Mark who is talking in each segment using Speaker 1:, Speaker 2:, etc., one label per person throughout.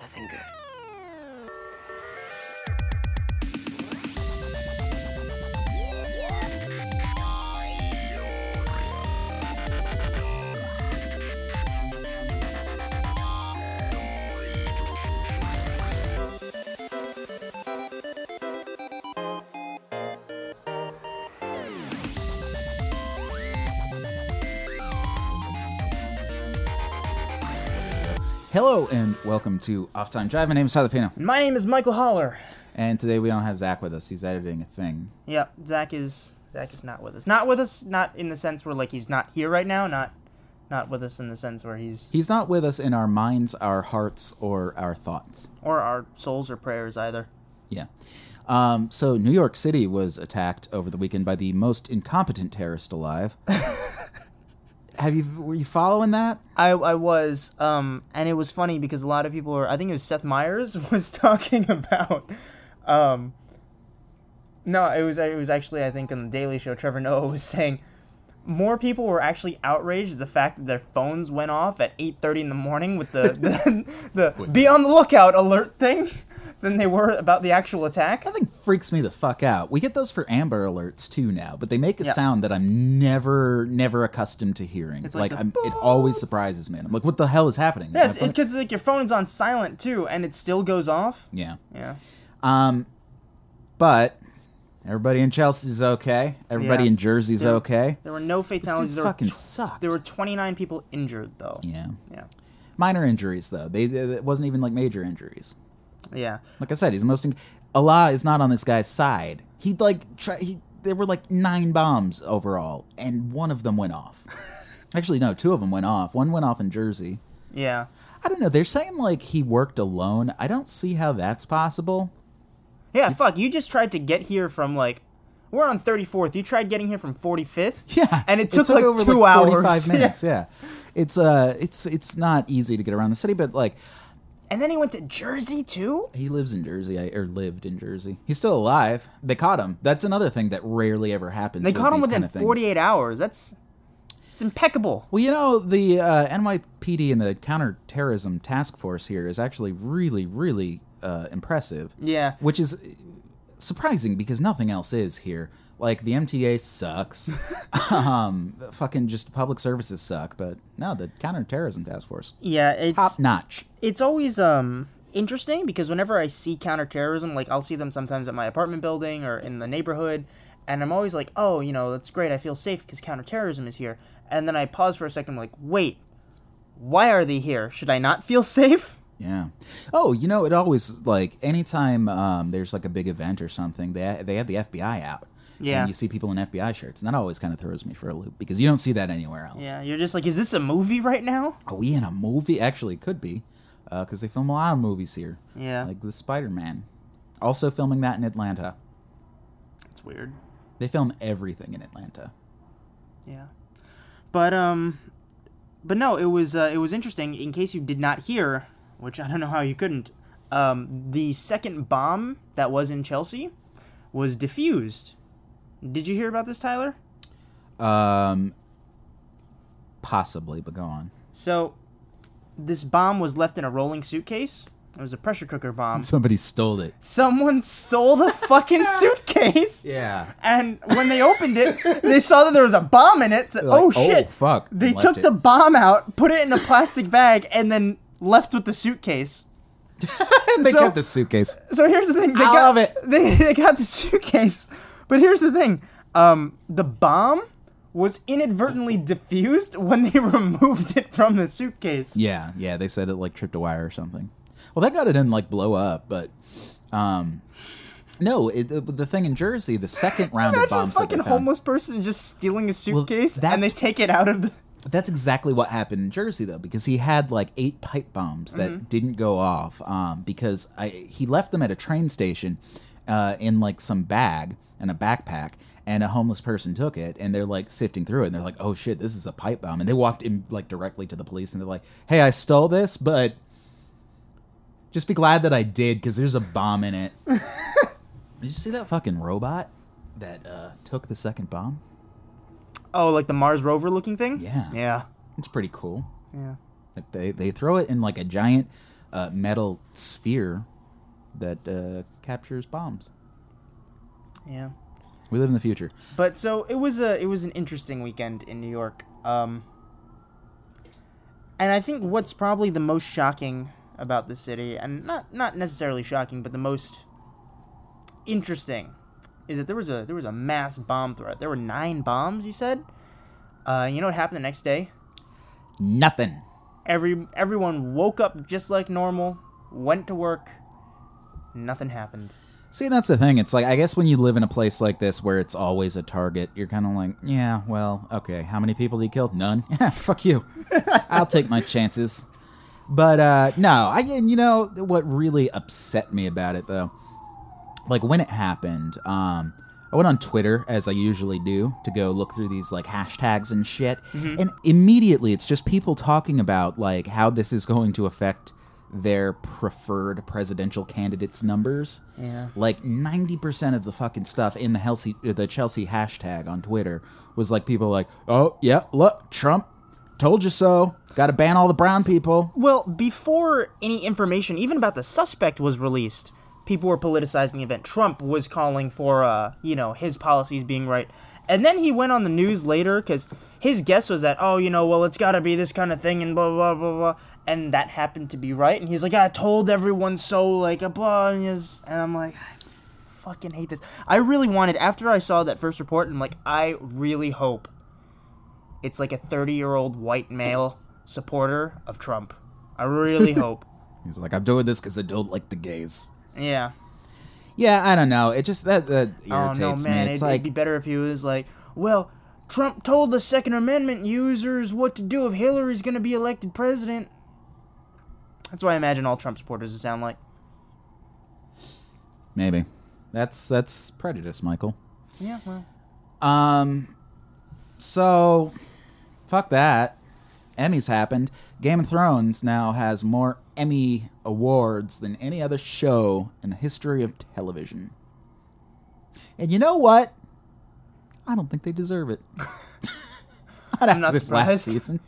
Speaker 1: nothing good.
Speaker 2: Hello and welcome to Off Time Drive. My name is Tyler Pino,
Speaker 3: My name is Michael Holler.
Speaker 2: and today we don't have Zach with us. He's editing a thing.
Speaker 3: Yep, Zach is Zach is not with us. Not with us. Not in the sense where like he's not here right now. Not not with us in the sense where he's
Speaker 2: He's not with us in our minds, our hearts, or our thoughts.
Speaker 3: or our souls or prayers either.
Speaker 2: Yeah. Um, so New York City was attacked over the weekend by the most incompetent terrorist alive. have you were you following that?
Speaker 3: I I was um and it was funny because a lot of people were. I think it was Seth Meyers was talking about um. No, it was it was actually I think on the Daily Show. Trevor Noah was saying more people were actually outraged at the fact that their phones went off at 8.30 in the morning with the, the, the be on the lookout alert thing than they were about the actual attack
Speaker 2: That thing freaks me the fuck out. We get those for Amber Alerts too now, but they make a
Speaker 3: Yeah.
Speaker 2: sound that I'm never, never accustomed to hearing.
Speaker 3: It's like the
Speaker 2: I'm, it always surprises me. And I'm like, what the hell is happening?
Speaker 3: yeah it's because like your phone is on silent too and it still goes off
Speaker 2: yeah.
Speaker 3: yeah
Speaker 2: Um, but everybody in Chelsea's okay. Everybody
Speaker 3: Yeah.
Speaker 2: in Jersey's
Speaker 3: Yeah.
Speaker 2: okay.
Speaker 3: there were no fatalities there were,
Speaker 2: fucking
Speaker 3: tw-
Speaker 2: sucked.
Speaker 3: there were 29 people injured though
Speaker 2: yeah,
Speaker 3: yeah
Speaker 2: minor injuries though. They, they it wasn't even like major injuries.
Speaker 3: yeah
Speaker 2: Like I said, he's the most. In- Allah is not on this guy's side. He like try. He there were like nine bombs overall, and one of them went off. Actually, no, two of them went off. One went off in Jersey.
Speaker 3: yeah
Speaker 2: I don't know. They're saying like he worked alone. I don't see how that's possible.
Speaker 3: yeah fuck you just tried to get here from like we're on 34th you tried getting here from 45th
Speaker 2: Yeah,
Speaker 3: and it took, like
Speaker 2: over,
Speaker 3: two hours
Speaker 2: 45
Speaker 3: Yeah.
Speaker 2: minutes. Yeah. it's uh, it's it's not easy to get around the city, but like
Speaker 3: and then he went to jersey too
Speaker 2: he lives in Jersey, I, or lived in Jersey. He's still alive. They caught him. That's another thing that rarely ever happens.
Speaker 3: They
Speaker 2: with
Speaker 3: caught him
Speaker 2: these
Speaker 3: within
Speaker 2: kind of things.
Speaker 3: 48 hours. That's it's impeccable.
Speaker 2: Well, you know the uh, NYPD and the counterterrorism task force here is actually really, really uh, impressive.
Speaker 3: Yeah.
Speaker 2: which is surprising because nothing else is here. Like the MTA sucks, um, fucking just public services suck. But no, the counterterrorism task force
Speaker 3: Yeah, it's
Speaker 2: top notch.
Speaker 3: it's always um interesting because whenever I see counterterrorism, like I'll see them sometimes at my apartment building or in the neighborhood, and I'm always like, "Oh, you know, that's great. I feel safe because counterterrorism is here." And then I pause for a second, like, "Wait, why are they here? Should I not feel safe?"
Speaker 2: Yeah. Oh, you know, it always like anytime um, there's like a big event or something, they they have the FBI out.
Speaker 3: Yeah.
Speaker 2: And you see people in FBI shirts, and that always kind of throws me for a loop because you don't see that anywhere else.
Speaker 3: Yeah, you're just like, "Is this a movie right now?"
Speaker 2: Are we in a movie? Actually, it could be, because they film a lot of movies here.
Speaker 3: Yeah.
Speaker 2: Like the Spider Man, also filming that in Atlanta.
Speaker 3: It's weird.
Speaker 2: They film everything in Atlanta.
Speaker 3: Yeah. But um but no, it was uh, it was interesting in case you did not hear, which I don't know how you couldn't. Um the second bomb that was in Chelsea was diffused. Did you hear about this, Tyler?
Speaker 2: Um, possibly, but go on.
Speaker 3: So this bomb was left in a rolling suitcase. It was a pressure cooker bomb.
Speaker 2: Somebody stole it.
Speaker 3: Someone stole the fucking suitcase.
Speaker 2: Yeah.
Speaker 3: And when they opened it, they saw that there was a bomb in it. So, oh shit!
Speaker 2: fuck.
Speaker 3: They
Speaker 2: and left
Speaker 3: took
Speaker 2: it.
Speaker 3: the bomb out, put it in a plastic bag, and then left with the suitcase.
Speaker 2: They
Speaker 3: so-
Speaker 2: kept the suitcase.
Speaker 3: So here's the thing. They
Speaker 2: I
Speaker 3: got,
Speaker 2: love it.
Speaker 3: They, they got the suitcase, but here's the thing. Um, the bomb was inadvertently diffused when they removed it from the suitcase.
Speaker 2: Yeah, yeah, they said it like tripped a wire or something. Well, that got it in like blow up, but um, no, it, the, the thing in Jersey, the second round of
Speaker 3: Imagine a
Speaker 2: bombs that they
Speaker 3: fucking
Speaker 2: found,
Speaker 3: homeless person just stealing a suitcase
Speaker 2: that's-
Speaker 3: and they take it out of the.
Speaker 2: that's exactly what happened in Jersey though, because he had like eight pipe bombs that didn't go off um, because I, he left them at a train station uh, in like some bag and a backpack. And a homeless person took it, and they're like sifting through it, and they're like, "Oh shit, this is a pipe bomb!" And they walked in like directly to the police, and they're like, "Hey, I stole this, but just be glad that I did because there's a bomb in it." did you see that fucking robot that uh, took the second bomb?
Speaker 3: Oh, like the Mars rover looking thing.
Speaker 2: Yeah.
Speaker 3: Yeah.
Speaker 2: It's pretty cool.
Speaker 3: Yeah.
Speaker 2: Like they, they throw it in like a giant uh, metal sphere that uh, captures bombs.
Speaker 3: Yeah.
Speaker 2: We live in the future.
Speaker 3: But so it was a it was an interesting weekend in New York. Um, and I think what's probably the most shocking about the city, and not not necessarily shocking, but the most interesting, is that there was a there was a mass bomb threat. There were nine bombs. You said. Uh, you know what happened the next day?
Speaker 2: Nothing.
Speaker 3: Every everyone woke up just like normal, went to work, nothing happened.
Speaker 2: See, that's the thing. It's like I guess when you live in a place like this where it's always a target, you're kind of like, yeah, well, okay. How many people do you kill? None. Fuck you. I'll take my chances. But uh, no, I you know what really upset me about it though, like when it happened, um, I went on Twitter as I usually do to go look through these like hashtags and shit, and immediately it's just people talking about like how this is going to affect their preferred presidential candidates' numbers.
Speaker 3: Yeah.
Speaker 2: Like ninety percent of the fucking stuff in the Chelsea, the Chelsea hashtag on Twitter was like people like, "Oh yeah, look, Trump told you so. Got to ban all the brown people."
Speaker 3: Well, before any information, even about the suspect, was released, people were politicizing the event. Trump was calling for, uh, you know, his policies being right. And then he went on the news later because his guess was that, oh, you know, well, it's got to be this kind of thing and blah, blah, blah, blah. And that happened to be right. And he's like, I told everyone so, like, uh, blah. And he's- and I'm like, I fucking hate this. I really wanted, after I saw that first report, I'm like, I really hope it's like a 30 year old white male supporter of Trump. I really hope.
Speaker 2: He's like, "I'm doing this because I don't like the gays."
Speaker 3: Yeah.
Speaker 2: Yeah, I don't know. It just that that
Speaker 3: Oh
Speaker 2: irritates
Speaker 3: no, man!
Speaker 2: me. It's
Speaker 3: It'd,
Speaker 2: like
Speaker 3: it'd be better if he was like, "Well, Trump told the Second Amendment users what to do if Hillary's going to be elected president." That's why I imagine all Trump supporters would sound like.
Speaker 2: maybe that's that's prejudice, Michael.
Speaker 3: Yeah, well,
Speaker 2: Um, so fuck that. Emmys happened. Game of Thrones now has more Emmy awards than any other show in the history of television. And you know what? I don't think they deserve it. not after
Speaker 3: not
Speaker 2: this last
Speaker 3: surprised.
Speaker 2: season.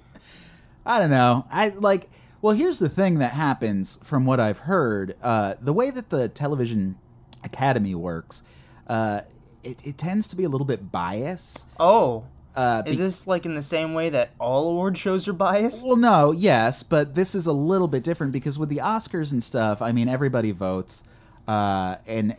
Speaker 2: I don't know. I like. Well, here's the thing that happens from what I've heard. Uh, the way that the television academy works, uh, it, it tends to be a little bit biased.
Speaker 3: oh,
Speaker 2: Uh,
Speaker 3: is this like in the same way that all award shows are biased?
Speaker 2: well, no, yes, but this is a little bit different because with the Oscars and stuff, I mean, everybody votes, uh, and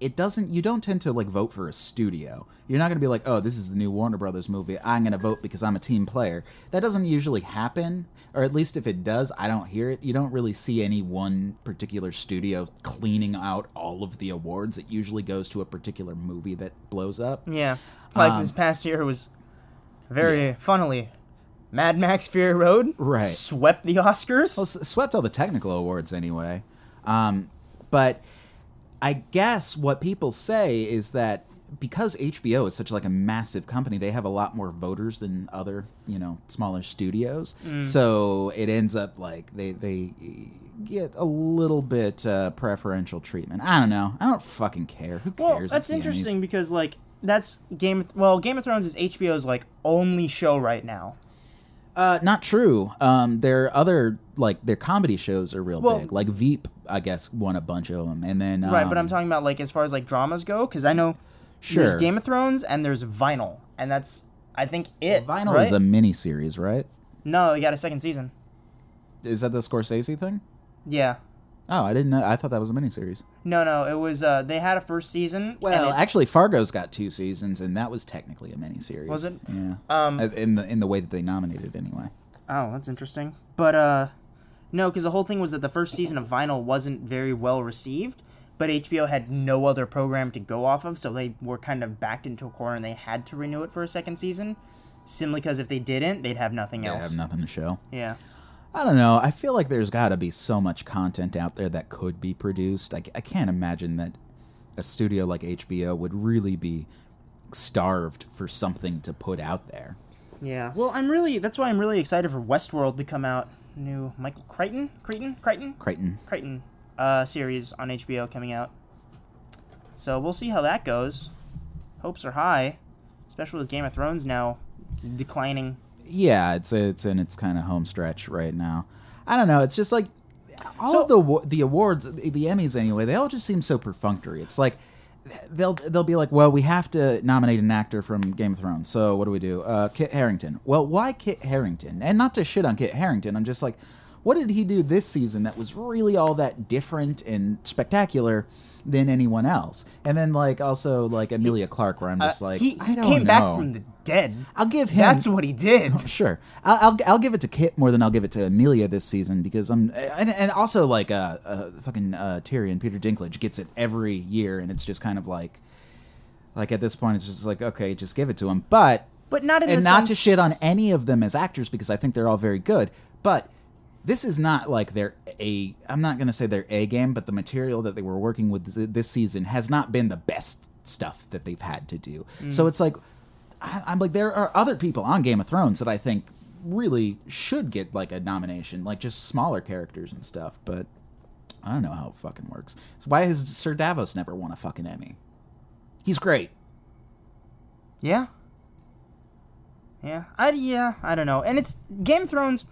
Speaker 2: it doesn't. You don't tend to like vote for a studio. You're not going to be like, oh, this is the new Warner Brothers movie. I'm going to vote because I'm a team player. That doesn't usually happen, or at least if it does, I don't hear it. You don't really see any one particular studio cleaning out all of the awards. It usually goes to a particular movie that blows up.
Speaker 3: Yeah, like
Speaker 2: um,
Speaker 3: this past year was very funnily. Mad Max Fury Road
Speaker 2: Right.
Speaker 3: swept the Oscars.
Speaker 2: Well, s- swept all the technical awards anyway. Um, but I guess what people say is that because HBO is such like a massive company, they have a lot more voters than other you know smaller studios.
Speaker 3: Mm.
Speaker 2: So it ends up like they they get a little bit uh, preferential treatment. I don't know. I don't fucking care. Who cares?
Speaker 3: Well,
Speaker 2: It's
Speaker 3: that's
Speaker 2: the Emmys.
Speaker 3: interesting because like that's Game. Of, well, Game of Thrones is HBO's like only show right now.
Speaker 2: Uh, not true. Um, their other like their comedy shows are real
Speaker 3: Well-
Speaker 2: big. Like Veep, I guess won a bunch of them, and then um,
Speaker 3: right, but I'm talking about like as far as like dramas go because I know
Speaker 2: Sure.
Speaker 3: there's Game of Thrones and there's Vinyl, and that's I think it.
Speaker 2: Vinyl
Speaker 3: right?
Speaker 2: is a mini series, right?
Speaker 3: no, it got a second season.
Speaker 2: Is that the Scorsese thing?
Speaker 3: Yeah.
Speaker 2: Oh, I didn't know. I thought that was a mini series.
Speaker 3: No, no, it was. uh They had a first season. and
Speaker 2: Well,
Speaker 3: it-
Speaker 2: actually, Fargo's got two seasons, and that was technically a mini series.
Speaker 3: Was it?
Speaker 2: Yeah.
Speaker 3: Um,
Speaker 2: Uh, in the in the way that they nominated, it anyway.
Speaker 3: Oh, that's interesting. But uh no, because the whole thing was that the first season of Vinyl wasn't very well received, but HBO had no other program to go off of, so they were kind of backed into a corner and they had to renew it for a second season. Simply because if they didn't, they'd have nothing
Speaker 2: They
Speaker 3: else.
Speaker 2: have nothing to show.
Speaker 3: yeah.
Speaker 2: I don't know. I feel like there's got to be so much content out there that could be produced. I, I can't imagine that a studio like HBO would really be starved for something to put out there.
Speaker 3: Yeah. Well, I'm really that's why I'm really excited for Westworld to come out. New Michael Crichton, Crichton, Crichton,
Speaker 2: Crichton.
Speaker 3: Crichton uh, series on HBO coming out. So we'll see how that goes. Hopes are high, especially with Game of Thrones now declining.
Speaker 2: yeah, it's it's in its kind of home stretch right now. I don't know. It's just like all
Speaker 3: So-
Speaker 2: of the wa- the awards, the the Emmys anyway, they all just seem so perfunctory. It's like they'll they'll be like, well, we have to nominate an actor from Game of Thrones. So what do we do? Uh, Kit Harrington. Well, why Kit Harrington? And not to shit on Kit Harrington, I'm just like, what did he do this season that was really all that different and spectacular? Than anyone else, and then like also like Amelia Clark, where I'm just like,
Speaker 3: Uh, he,
Speaker 2: I
Speaker 3: he
Speaker 2: don't
Speaker 3: came
Speaker 2: know.
Speaker 3: back from the dead.
Speaker 2: I'll give him
Speaker 3: That's what he did.
Speaker 2: Sure, I'll, I'll I'll give it to Kit more than I'll give it to Amelia this season because I'm and, and also like uh, uh fucking uh, Tyrion Peter Dinklage gets it every year and it's just kind of like like at this point it's just like okay just give it to him but
Speaker 3: But not in
Speaker 2: and
Speaker 3: the
Speaker 2: not
Speaker 3: sense-
Speaker 2: to shit on any of them as actors because I think they're all very good but this is not like their a I'm not gonna say their a game but the material that they were working with this, this season has not been the best stuff that they've had to do
Speaker 3: Mm.
Speaker 2: so it's like I, I'm like, there are other people on Game of Thrones that I think really should get like a nomination, like just smaller characters and stuff. But I don't know how it fucking works. So why has Sir Davos never won a fucking Emmy? He's great.
Speaker 3: Yeah. Yeah. I yeah, I don't know. And it's Game of Thrones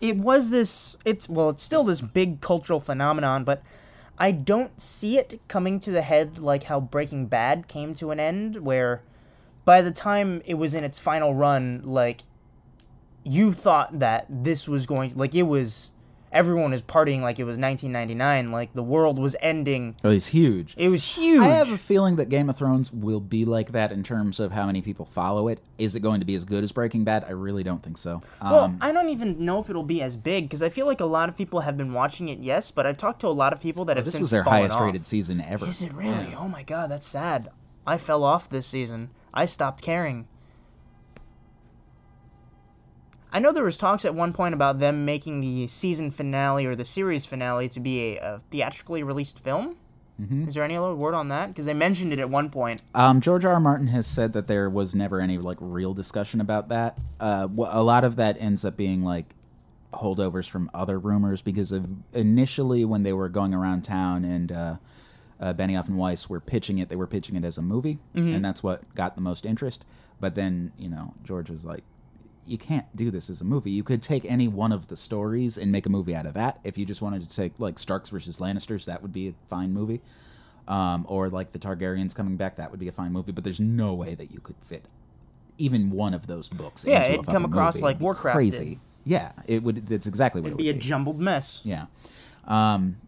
Speaker 3: it was this it's well, it's still this big cultural phenomenon, but I don't see it coming to the head like how Breaking Bad came to an end where by the time it was in its final run like you thought that this was going like it was everyone was partying like it was 1999 like the world was ending
Speaker 2: Oh, he's huge.
Speaker 3: it was huge
Speaker 2: I have a feeling that Game of Thrones will be like that in terms of how many people follow it. Is it going to be as good as Breaking Bad? I really don't think so. Um,
Speaker 3: Well, I don't even know if it'll be as big because I feel like a lot of people have been watching it. Yes, but I've talked to a lot of people that have
Speaker 2: Oh, this
Speaker 3: since
Speaker 2: was their
Speaker 3: fallen
Speaker 2: highest
Speaker 3: off.
Speaker 2: rated season ever.
Speaker 3: Is it really? Oh my god, that's sad. I fell off this season. I stopped caring. I know there was talks at one point about them making the season finale or the series finale to be a, a theatrically released film. Mm-hmm. Is there any other word on that? Because they mentioned it at one point.
Speaker 2: Um, George R. R. Martin has said that there was never any like real discussion about that. Uh, wh- a lot of that ends up being like holdovers from other rumors because of initially when they were going around town and uh, uh, Benioff and Weiss were pitching it, they were pitching it as a movie,
Speaker 3: Mm-hmm.
Speaker 2: and that's what got the most interest. But then you know George was like, "You can't do this as a movie. You could take any one of the stories and make a movie out of that. If you just wanted to take like Starks versus Lannisters, that would be a fine movie." um, or like the Targaryens coming back. That would be a fine movie, but there's no way that you could fit even one of those books.
Speaker 3: Yeah,
Speaker 2: into a
Speaker 3: it'd come
Speaker 2: fucking
Speaker 3: across
Speaker 2: movie.
Speaker 3: like
Speaker 2: It'd be
Speaker 3: Warcraft
Speaker 2: Crazy.
Speaker 3: did.
Speaker 2: Yeah, it would. That's exactly what
Speaker 3: It'd
Speaker 2: it
Speaker 3: be a
Speaker 2: would be.
Speaker 3: jumbled mess.
Speaker 2: yeah, um,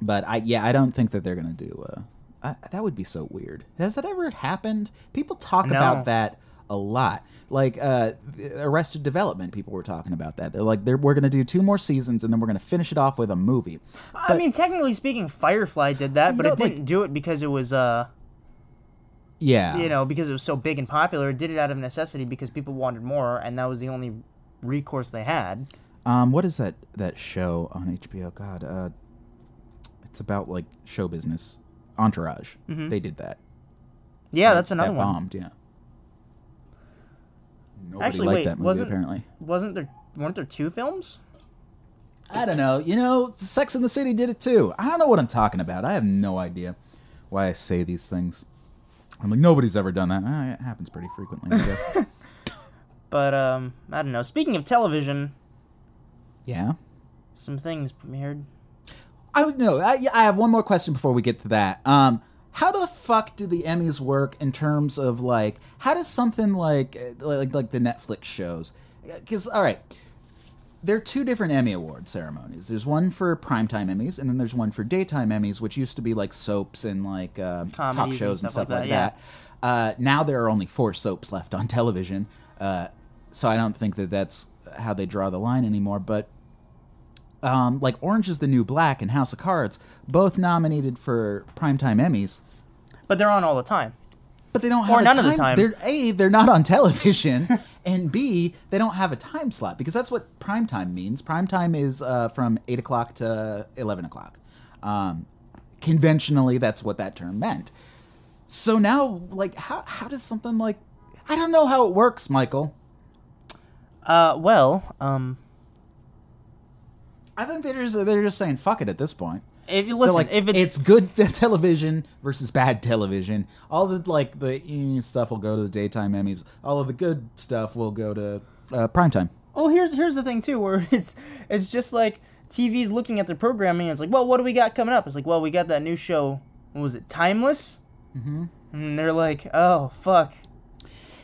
Speaker 2: but I yeah I don't think that they're gonna do. Uh, I, that would be so weird. Has that ever happened? People talk
Speaker 3: No.
Speaker 2: about that a lot. Like uh, Arrested Development, people were talking about that. They're like, they're, we're gonna do two more seasons, and then we're gonna finish it off with a movie.
Speaker 3: I
Speaker 2: But-
Speaker 3: mean, technically speaking, Firefly did that, but
Speaker 2: know,
Speaker 3: it didn't do it because it was uh
Speaker 2: Yeah,
Speaker 3: you know, because it was so big and popular, it did it out of necessity because people wanted more, and that was the only recourse they had.
Speaker 2: Um, what is that that show on HBO? God, uh, it's about like show business. Entourage.
Speaker 3: Mm-hmm.
Speaker 2: They did that.
Speaker 3: Yeah, that's another
Speaker 2: that
Speaker 3: one.
Speaker 2: bombed. Yeah. Nobody
Speaker 3: Actually,
Speaker 2: liked
Speaker 3: wait,
Speaker 2: that movie.
Speaker 3: wasn't-
Speaker 2: Apparently,
Speaker 3: Wasn't there? Weren't there two films?
Speaker 2: I don't know. You know, Sex in the City did it too. I don't know what I'm talking about. I have no idea why I say these things. I'm like nobody's ever done that. Ah, it happens pretty frequently, I guess.
Speaker 3: But um, I don't know. Speaking of television,
Speaker 2: yeah.
Speaker 3: some things premiered.
Speaker 2: I would know. I, yeah, I have one more question before we get to that. Um, how the fuck do the Emmys work in terms of like how does something like uh, like like the Netflix shows? Because all right, there are two different Emmy award ceremonies. There's one for primetime Emmys, and then there's one for daytime Emmys, which used to be like soaps and like uh,
Speaker 3: Comedies
Speaker 2: talk
Speaker 3: and
Speaker 2: shows and
Speaker 3: stuff
Speaker 2: stuff,
Speaker 3: like
Speaker 2: like
Speaker 3: that,
Speaker 2: that. Uh, now there are only four soaps left on television, uh, so I don't think that that's how they draw the line anymore. But um, like Orange is the New Black and House of Cards, both nominated for primetime Emmys,
Speaker 3: But they're on all the time.
Speaker 2: but they don't have
Speaker 3: Or
Speaker 2: a
Speaker 3: none of the time.
Speaker 2: They're, a, they're not on television, and B, they don't have a time slot because that's what primetime means. Primetime is uh, from eight o'clock to eleven o'clock. Um, conventionally, that's what that term meant. So now, like, how how does something like I don't know how it works, Michael.
Speaker 3: Uh, well, um,
Speaker 2: I think they're just, they're just saying fuck it at this point.
Speaker 3: if you
Speaker 2: They're
Speaker 3: listen,
Speaker 2: like
Speaker 3: if it's,
Speaker 2: good television versus bad television. All the like the eh, stuff will go to the daytime Emmys. All of the good stuff will go to uh, primetime.
Speaker 3: Oh, well, here's here's the thing too, where it's it's just like TV's looking at their programming and it's like, well, what do we got coming up? It's like, well, we got that new show. What was it? Timeless. Mm-hmm. And they're like, oh fuck,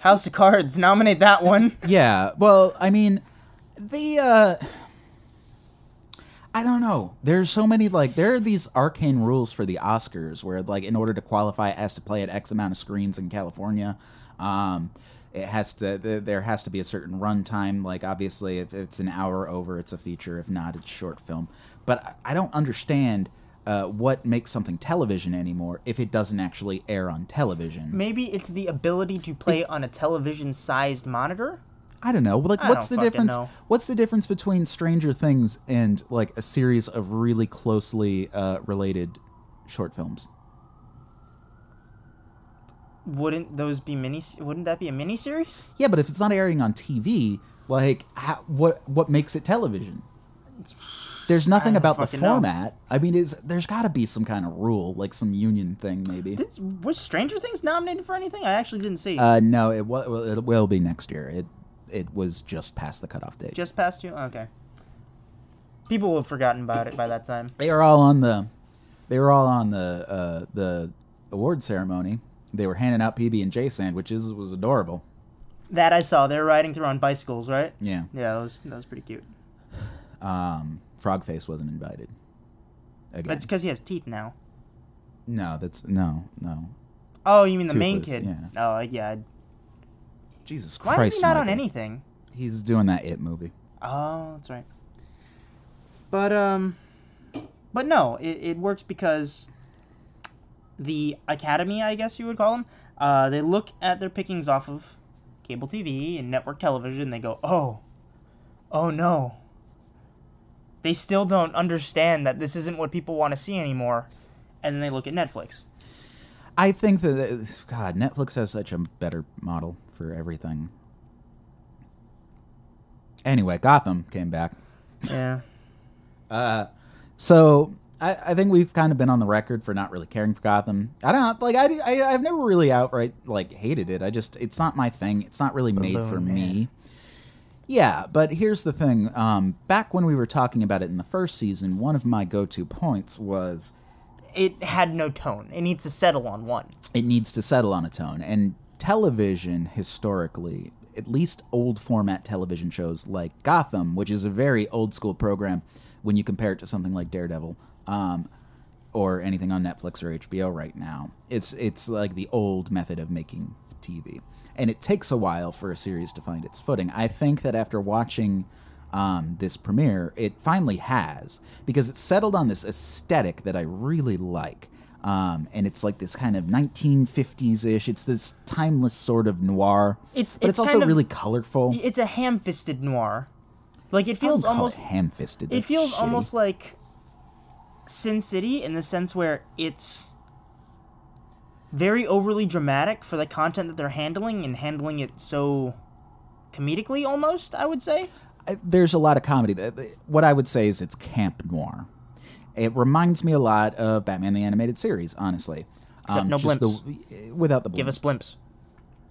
Speaker 3: House of Cards. Nominate that one.
Speaker 2: Yeah. Well, I mean, the uh I don't know. There's so many like there are these arcane rules for the Oscars where like in order to qualify it has to play at X amount of screens in California. Um it has to th- there has to be a certain runtime like obviously if it's an hour over it's a feature if not it's short film. But I- I don't understand uh, what makes something television anymore if it doesn't actually air on television?
Speaker 3: Maybe it's the ability to play on a television-sized monitor.
Speaker 2: I don't know. Like,
Speaker 3: I
Speaker 2: what's
Speaker 3: don't
Speaker 2: the
Speaker 3: fucking
Speaker 2: difference?
Speaker 3: know.
Speaker 2: What's the difference between Stranger Things and like a series of really closely uh, related short films?
Speaker 3: Wouldn't those be mini? Wouldn't that be a mini series?
Speaker 2: Yeah, but if it's not airing on TV, like, how, what what makes it television? There's nothing
Speaker 3: don't
Speaker 2: about the
Speaker 3: fucking know.
Speaker 2: format. I mean, is there's got to be some kind of rule, like some union thing, maybe.
Speaker 3: Did, was Stranger Things nominated for anything? I actually didn't see.
Speaker 2: Uh, no, it will. It will be next year. It it was just past the cutoff date.
Speaker 3: Just past you. Okay. People will have forgotten about it by that time.
Speaker 2: they were all on the they were all on the uh, the award ceremony. They were handing out PB and J sandwiches. It was adorable.
Speaker 3: That I saw. They were riding through on bicycles, right?
Speaker 2: Yeah.
Speaker 3: Yeah, that was, that was pretty cute.
Speaker 2: Um, Frogface wasn't invited. Again.
Speaker 3: That's because he has teeth now.
Speaker 2: no, that's no, no.
Speaker 3: Oh, you mean the main
Speaker 2: Toothless,
Speaker 3: kid? Oh, yeah.
Speaker 2: Jesus Christ!
Speaker 3: Why is he not on
Speaker 2: Michael.
Speaker 3: anything?
Speaker 2: He's doing that it movie.
Speaker 3: Oh, that's right. But um, but no, it, it works because the academy, I guess you would call them, uh, they look at their pickings off of cable TV and network television. They go, oh, oh no. They still don't understand that this isn't what people want to see anymore, and then they look at Netflix.
Speaker 2: I think that uh, God, Netflix has such a better model for everything. Anyway, Gotham came back.
Speaker 3: Yeah.
Speaker 2: So I, I think we've kind of been on the record for not really caring for Gotham. I don't like I, I I've never really outright like hated it. I just it's not my thing. It's not really made
Speaker 3: Lone
Speaker 2: for
Speaker 3: Man.
Speaker 2: me. Yeah, but here's the thing. Um, back when we were talking about it in the first season, one of my go-to points was
Speaker 3: It had no tone. It needs to settle on one.
Speaker 2: it needs to settle on a tone. And television, historically, at least old format television shows like Gotham, which is a very old school program when you compare it to something like Daredevil um, or anything on Netflix or HBO right now, it's, it's like the old method of making TV. And it takes a while for a series to find its footing. I think that after watching um, this premiere, it finally has because it's settled on this aesthetic that I really like. Um, and it's like this kind of 1950s ish. It's this timeless sort of noir.
Speaker 3: It's-
Speaker 2: but it's,
Speaker 3: it's
Speaker 2: also
Speaker 3: kind of-
Speaker 2: really colorful.
Speaker 3: It's a ham-fisted noir. Like
Speaker 2: I
Speaker 3: it
Speaker 2: wouldn't
Speaker 3: feels
Speaker 2: call
Speaker 3: almost
Speaker 2: it ham-fisted.
Speaker 3: it
Speaker 2: That's
Speaker 3: feels
Speaker 2: shitty.
Speaker 3: almost like Sin City in the sense where it's very overly dramatic for the content that they're handling and handling it so comedically almost, I would say.
Speaker 2: I- there's a lot of comedy. Th- th- What I would say is it's camp noir. It reminds me a lot of Batman the Animated Series, honestly. Um,
Speaker 3: Except no
Speaker 2: just The, without the
Speaker 3: Give us blimps.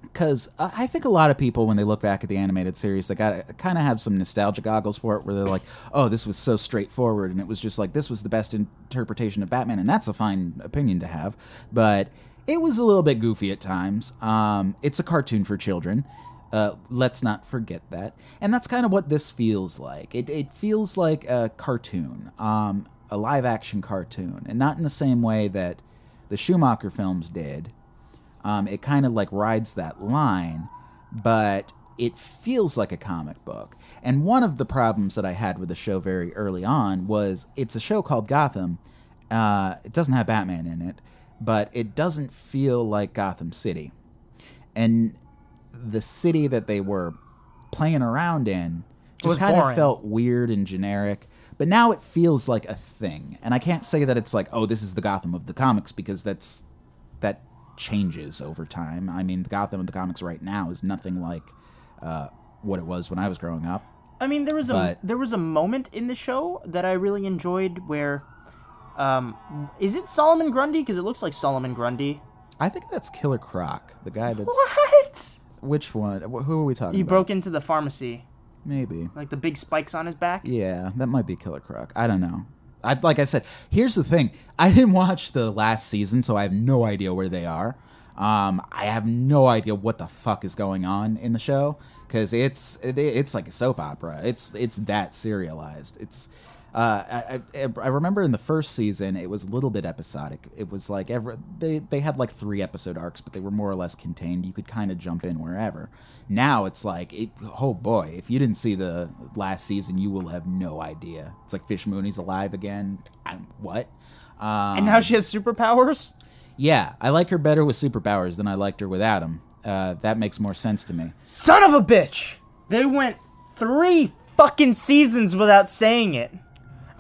Speaker 2: because I think a lot of people, when they look back at the animated series, they got kind of have some nostalgia goggles for it, where they're like, "Oh, this was so straightforward," and it was just like this was the best interpretation of Batman, and that's a fine opinion to have, but it was a little bit goofy at times. Um, it's a cartoon for children. Uh, let's not forget that, and that's kind of what this feels like. It it feels like a cartoon, um, a live action cartoon, and not in the same way that the Schumacher films did um, it kind of like rides that line, but it feels like a comic book. And one of the problems that I had with the show very early on was it's a show called Gotham. Uh, it doesn't have Batman in it, but it doesn't feel like Gotham City. And the city that they were playing around in
Speaker 3: was
Speaker 2: just kind of
Speaker 3: boring.
Speaker 2: felt weird and generic. But now it feels like a thing. And I can't say that it's like, oh, this is the Gotham of the comics because that's that changes over time. I mean, the Gotham of the comics right now is nothing like uh, what it was when I was growing up.
Speaker 3: I mean, there was a
Speaker 2: But-
Speaker 3: there was a moment in the show that I really enjoyed where um is it Solomon Grundy because it looks like Solomon Grundy?
Speaker 2: I think that's Killer Croc, the guy that's
Speaker 3: What?
Speaker 2: which one? Wh- Who are we talking
Speaker 3: He
Speaker 2: about?
Speaker 3: broke into the pharmacy.
Speaker 2: Maybe.
Speaker 3: like the big spikes on his back.
Speaker 2: Yeah, that might be Killer Croc. I don't know. I like I said. Here's the thing. I didn't watch the last season, so I have no idea where they are. Um, I have no idea what the fuck is going on in the show because it's it, it's like a soap opera. It's it's that serialized. It's uh, I, I I remember in the first season it was a little bit episodic. It was like every they they had like three episode arcs, but they were more or less contained. You could kind of jump in wherever. Now it's like it, oh boy, if you didn't see the last season, you will have no idea. It's like Fish Mooney's alive again. i what? Um,
Speaker 3: And now she has superpowers.
Speaker 2: yeah, I like her better with superpowers than I liked her without them. Uh, that makes more sense to me.
Speaker 3: Son of a bitch! They went three fucking seasons without saying it.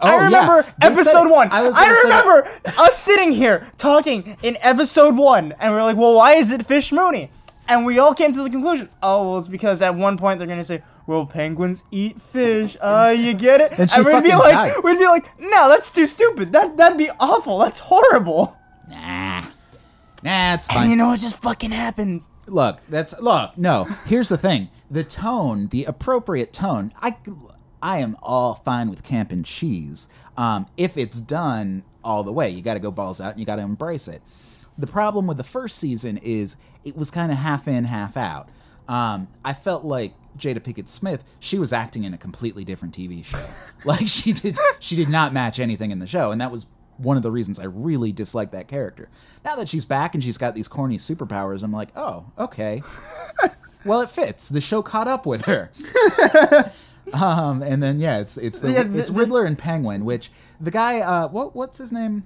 Speaker 2: Oh,
Speaker 3: I
Speaker 2: yeah.
Speaker 3: remember
Speaker 2: They said-
Speaker 3: episode one. I,
Speaker 2: was gonna say-
Speaker 3: remember us sitting here talking in episode one, and we are like, "Well, why is it Fish Mooney?" And we all came to the conclusion, "Oh, well, it's because at one point they're gonna say." Well, penguins eat fish. Uh, you get it?
Speaker 2: And she
Speaker 3: we'd be
Speaker 2: fucking
Speaker 3: like,
Speaker 2: died.
Speaker 3: we'd be like, no, that's too stupid. That that'd be awful. That's horrible.
Speaker 2: Nah, nah, it's fine.
Speaker 3: And you know, it just fucking happened.
Speaker 2: look that's look no here's the thing the tone the appropriate tone i i am all fine with camp and cheese um if it's done all the way you gotta go balls out and you gotta embrace it the problem with the first season is it was kind of half in half out um i felt like jada pickett smith she was acting in a completely different tv show like she did she did not match anything in the show and that was one of the reasons I really dislike that character. Now that she's back and she's got these corny superpowers, I'm like, oh, okay. well, it fits. The show caught up with her. um, and then yeah, it's it's the,
Speaker 3: Yeah, the-
Speaker 2: it's Riddler and Penguin, which the guy, uh, what what's his name?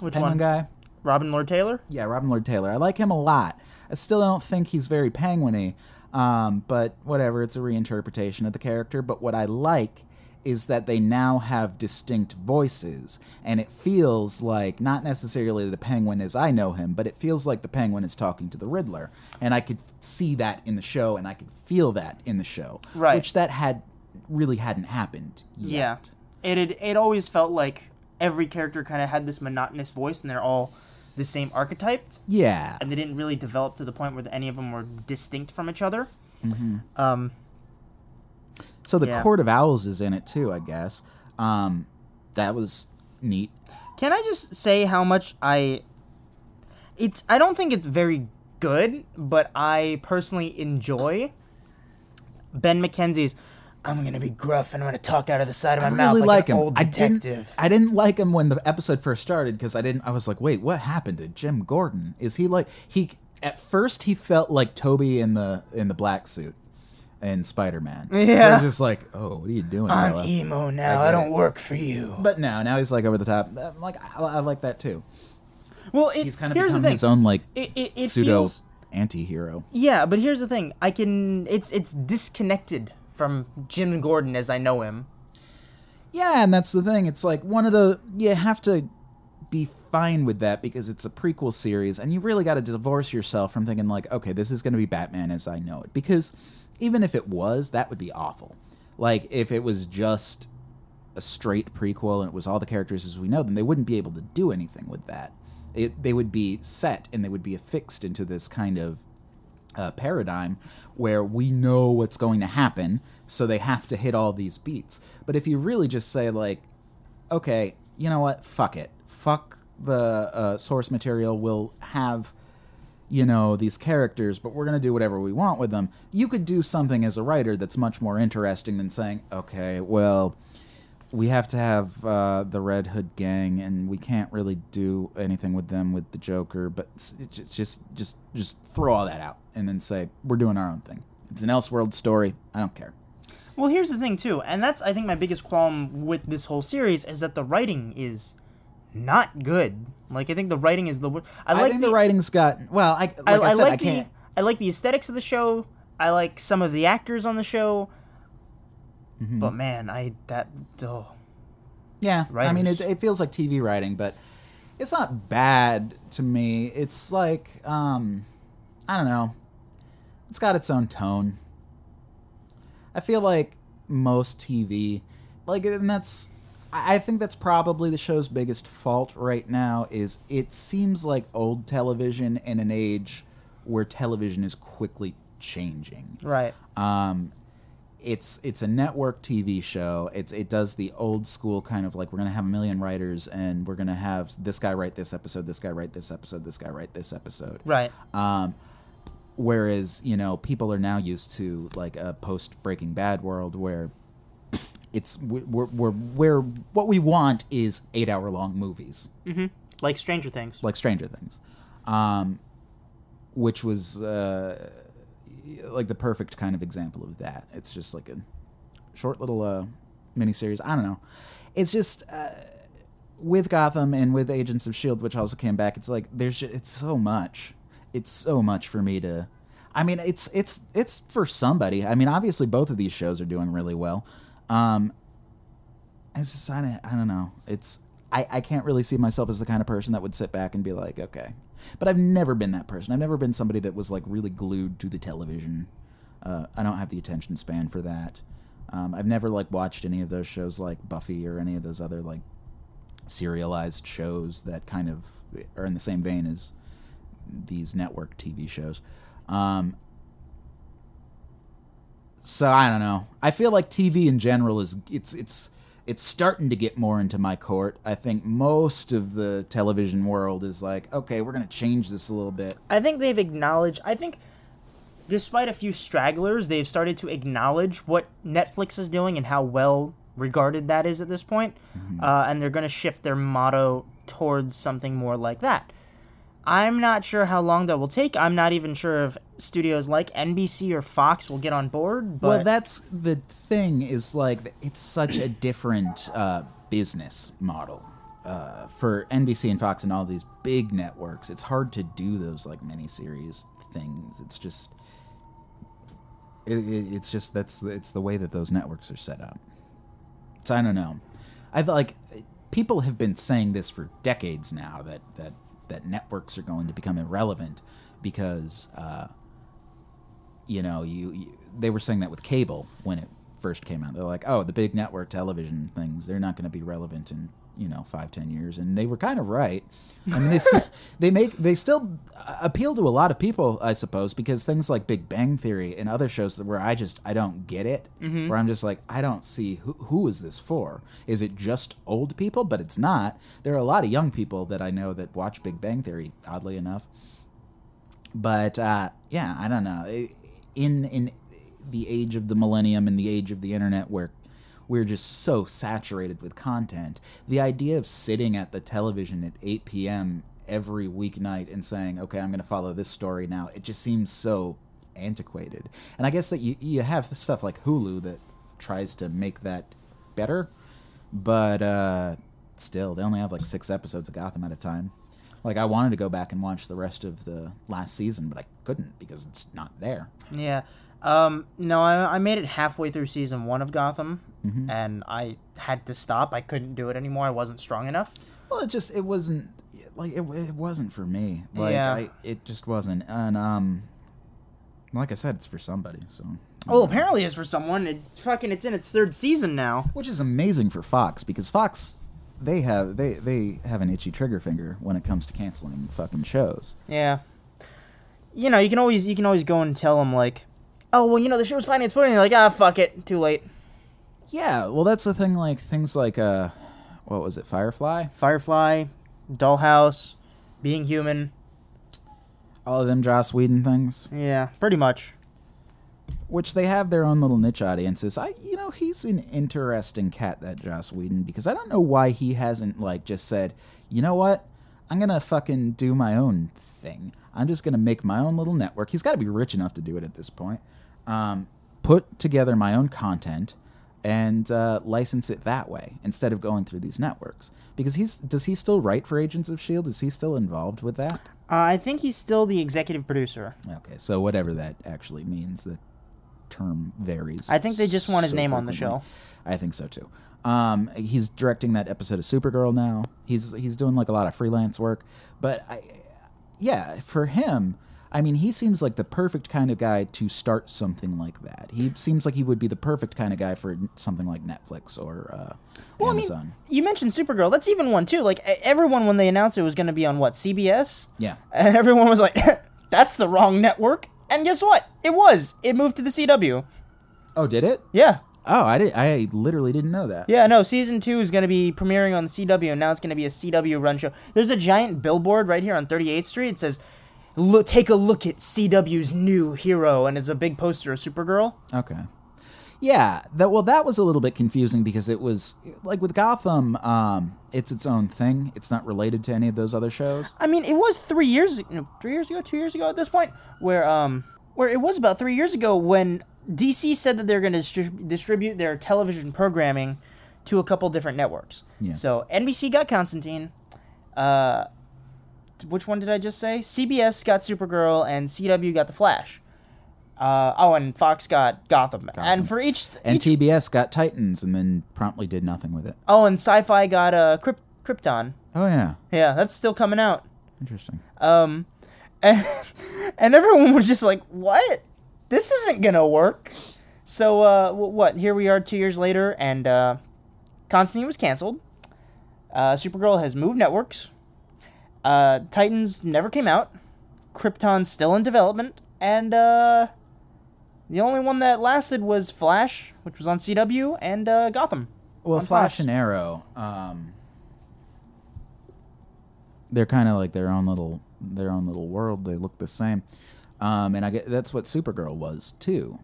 Speaker 3: Which
Speaker 2: Penguin
Speaker 3: one?
Speaker 2: guy.
Speaker 3: Robin Lord Taylor.
Speaker 2: Yeah, Robin Lord Taylor. I like him a lot. I still don't think he's very penguiny, um, but whatever. It's a reinterpretation of the character. But what I like is that they now have distinct voices, and it feels like not necessarily the penguin as I know him, but it feels like the penguin is talking to the Riddler, and I could see that in the show, and I could feel that in the show,
Speaker 3: Right.
Speaker 2: Which that had really hadn't happened yet.
Speaker 3: Yeah. It had, it always felt like every character kind of had this monotonous voice and they're all the same archetyped
Speaker 2: Yeah.
Speaker 3: and they didn't really develop to the point where any of them were distinct from each other.
Speaker 2: Mm-hmm.
Speaker 3: Um,
Speaker 2: So the
Speaker 3: Yeah.
Speaker 2: Court of Owls is in it too, I guess. Um, that was neat.
Speaker 3: can I just say how much I it's I don't think it's very good, but I personally enjoy Ben McKenzie's I'm gonna be gruff and I'm gonna talk out of the side of my mouth
Speaker 2: really like
Speaker 3: like, an
Speaker 2: him.
Speaker 3: old
Speaker 2: I
Speaker 3: detective.
Speaker 2: didn't. I didn't like him when the episode first started because I didn't. I was like, wait, what happened to Jim Gordon? Is he like he? At first, he felt like Toby in the in the black suit and Spider Man.
Speaker 3: Yeah.
Speaker 2: I was just like, oh, what are you doing?
Speaker 3: I'm
Speaker 2: fella?"
Speaker 3: emo now.
Speaker 2: get
Speaker 3: I don't
Speaker 2: it.
Speaker 3: work for you.
Speaker 2: But now, now he's like over the top. i like I, I like that too.
Speaker 3: Well, it,
Speaker 2: He's kind of
Speaker 3: here's the
Speaker 2: become
Speaker 3: thing.
Speaker 2: his own like
Speaker 3: it, it, it
Speaker 2: pseudo
Speaker 3: feels
Speaker 2: anti-hero.
Speaker 3: yeah but here's the thing i can it's it's disconnected from jim gordon as i know him
Speaker 2: Yeah, and that's the thing. It's like one of the you have to be fine with that because it's a prequel series and you really got to divorce yourself from thinking like, okay, this is going to be Batman as I know it because even if it was, that would be awful. Like if it was just a straight prequel and it was all the characters as we know them, they wouldn't be able to do anything with that. It, they would be set and they would be affixed into this kind of uh, paradigm where we know what's going to happen, so they have to hit all these beats. But if you really just say, like, okay, you know what? Fuck it. Fuck the uh, source material. We'll have, you know, these characters, but we're going to do whatever we want with them. You could do something as a writer that's much more interesting than saying, okay, well, we have to have uh, the Red Hood gang, and we can't really do anything with them with the Joker. But it's, it's just, just, just, just throw all that out, and then say we're doing our own thing. It's an Elseworld story. I don't care.
Speaker 3: well here's the thing too and that's i think my biggest qualm with this whole series is that the writing is not good like i think the writing is the worst i
Speaker 2: I
Speaker 3: like
Speaker 2: think
Speaker 3: the,
Speaker 2: the writing's got well. I like I,
Speaker 3: I, I
Speaker 2: said,
Speaker 3: like
Speaker 2: I can't.
Speaker 3: the i like the aesthetics of the show i like some of the actors on the show
Speaker 2: Mm-hmm.
Speaker 3: but man i that oh
Speaker 2: Yeah, I mean, it,
Speaker 3: writers.
Speaker 2: it feels like TV writing, but it's not bad to me. It's like, um, I don't know. It's got its own tone. I feel like most TV, like, and that's, I I think that's probably the show's biggest fault right now is it seems like old television in an age where television is quickly changing
Speaker 3: right
Speaker 2: um, it's it's a network TV show. It's it does the old school kind of like we're gonna have a million writers and we're gonna have this guy write this episode, this guy write this episode, this guy write this episode.
Speaker 3: Right.
Speaker 2: Um, whereas you know people are now used to like a post Breaking Bad world where it's we- we're we're where what we want is eight hour long movies
Speaker 1: Like Stranger Things.
Speaker 2: like Stranger Things, um, which was uh, like the perfect kind of example of that. It's just like a short little uh, miniseries. I don't know. It's just uh, with Gotham and with Agents of Shield, E which also came back. It's like there's ju- it's so much. It's so much for me to. I mean, it's it's it's for somebody. I mean, obviously both of these shows are doing really well. Um, it's just I don't, I don't know. It's I, I can't really see myself as the kind of person that would sit back and be like, okay. But I've never been that person. I've never been somebody that was like really glued to the television. Uh, I don't have the attention span for that. Um, I've never like watched any of those shows like Buffy or any of those other like serialized shows that kind of are in the same vein as these network TV shows. Um, so I don't know. I feel like TV in general is it's it's it's starting to get more into my court. I think most of the television world is like, okay, we're gonna change this a little bit.
Speaker 1: I think they've
Speaker 3: acknowledge i think despite a few stragglers they've started to acknowledge what netflix is doing and how well regarded that is at this point uh, and they're going to shift their motto towards something more like that i'm not sure how long that will take i'm not even sure if studios like nbc or fox will get on board but
Speaker 2: well, that's the thing is like it's such a different uh, business model uh, for NBC and Fox and all these big networks. It's hard to do those like miniseries things. It's just it, it, it's just that's it's the way that those networks are set up. So I don't know. I feel like people have been saying this for decades now that that that networks are going to become irrelevant because uh, you know you, you they were saying that with cable when it first came out. They're like, oh, the big network television things they're not going to be relevant in you know five ten years, and they were kind of right. I mean, they st- they make they still uh, appeal to a lot of people, I suppose, because things like Big Bang Theory and other shows that where I just I don't get it, where I'm just like I don't see who who is this for? Is it just old people? But it's not. There are a lot of young people that I know that watch Big Bang Theory, oddly enough but uh, yeah, I don't know. I- In in the age of the millennium and the age of the internet, where we're just so saturated with content, the idea of sitting at the television at 8 p.m. every weeknight and saying, "Okay, I'm going to follow this story now," it just seems so antiquated. And I guess that you you have stuff like Hulu that tries to make that better, but uh, still, they only have like six episodes of Gotham at a time. Like I wanted to go back and watch the rest of the last season, but I couldn't because it's not there.
Speaker 3: Yeah. Um, no, I, I made it halfway through season one of Gotham, and I had to stop. I couldn't do it anymore. I wasn't strong enough.
Speaker 2: Well, it just it wasn't like it, it wasn't for me. Like
Speaker 3: Yeah.
Speaker 2: I, it just wasn't. And um, like I said, it's for somebody. So
Speaker 3: Well, apparently it's for someone. It fucking it's in its third season now.
Speaker 2: which is amazing for Fox because Fox they have they they have an itchy trigger finger when it comes to canceling fucking shows.
Speaker 3: Yeah. You know, you can always you can always go and tell them like, oh well, you know the show's funny. It's funny. And they're like, ah, fuck it, too late.
Speaker 2: Yeah, well that's the thing. Like things like uh, what was it, Firefly?
Speaker 3: Firefly, Dollhouse, Being Human.
Speaker 2: All of them Joss Whedon things.
Speaker 3: Yeah, pretty much.
Speaker 2: which they have their own little niche audiences. I, you know, he's an interesting cat, that Joss Whedon, because I don't know why he hasn't like just said, you know what, I'm gonna fucking do my own thing. I'm just gonna make my own little network. He's got to be rich enough to do it at this point. Um, put together my own content and uh, license it that way instead of going through these networks. Because he's does he still write for Agents of Shield? E Is he still involved with that?
Speaker 3: Uh, I think he's still the executive producer.
Speaker 2: Okay, so whatever that actually means, the term varies.
Speaker 3: I think they just want his name on the
Speaker 2: frequently. I think so too. Um, he's directing that episode of Supergirl now. He's he's doing like a lot of freelance work, but I, yeah, for him, I mean, he seems like the perfect kind of guy to start something like that. He seems like he would be the perfect kind of guy for something like Netflix or uh,
Speaker 3: Well,
Speaker 2: Amazon.
Speaker 3: I mean, you mentioned Supergirl. That's even one too. Like e- everyone, when they announced it was going to be on what CBS,
Speaker 2: yeah,
Speaker 3: and everyone was like, "That's the wrong network." And guess what? It was. It moved to the CW.
Speaker 2: Oh, did it?
Speaker 3: Yeah.
Speaker 2: Oh, I did. I literally didn't know that.
Speaker 3: Yeah, no, season two is going to be premiering on CW, and now it's going to be a CW run show. There's a giant billboard right here on 38th Street. It says, look, Take a look at CW's new hero, and it's a big poster of Supergirl.
Speaker 2: Okay. Yeah, that well that was a little bit confusing because it was like with Gotham um it's its own thing. It's not related to any of those other shows.
Speaker 3: I mean, it was three years, no, three years ago, two years ago at this point, where um, where it was about three years ago when DC said that they're going to distrib- distribute their television programming to a couple different networks.
Speaker 2: Yeah.
Speaker 3: So NBC got Constantine. Uh, t- which one did I just say? CBS got Supergirl, and CW got The Flash. Uh, oh, and Fox got Gotham. And for each,
Speaker 2: And
Speaker 3: each
Speaker 2: TBS got Titans and then promptly did nothing with it.
Speaker 3: oh, and Sci-Fi got uh, Kryp- Krypton.
Speaker 2: Oh yeah.
Speaker 3: Yeah, that's still coming out.
Speaker 2: Interesting.
Speaker 3: Um, and, and everyone was just like, "What? This isn't gonna work." So uh, w- what? Here we are, two years later, and uh, Constantine was canceled. Uh, Supergirl has moved networks. Uh, Titans never came out. Krypton's still in development, and uh, the only one that lasted was Flash, which was on CW, and uh, Gotham.
Speaker 2: Well,
Speaker 3: On
Speaker 2: Flash,
Speaker 3: Fox.
Speaker 2: and Arrow um they're kind of like their own little their own little world. They look the same. Um and I get that's what Supergirl was too.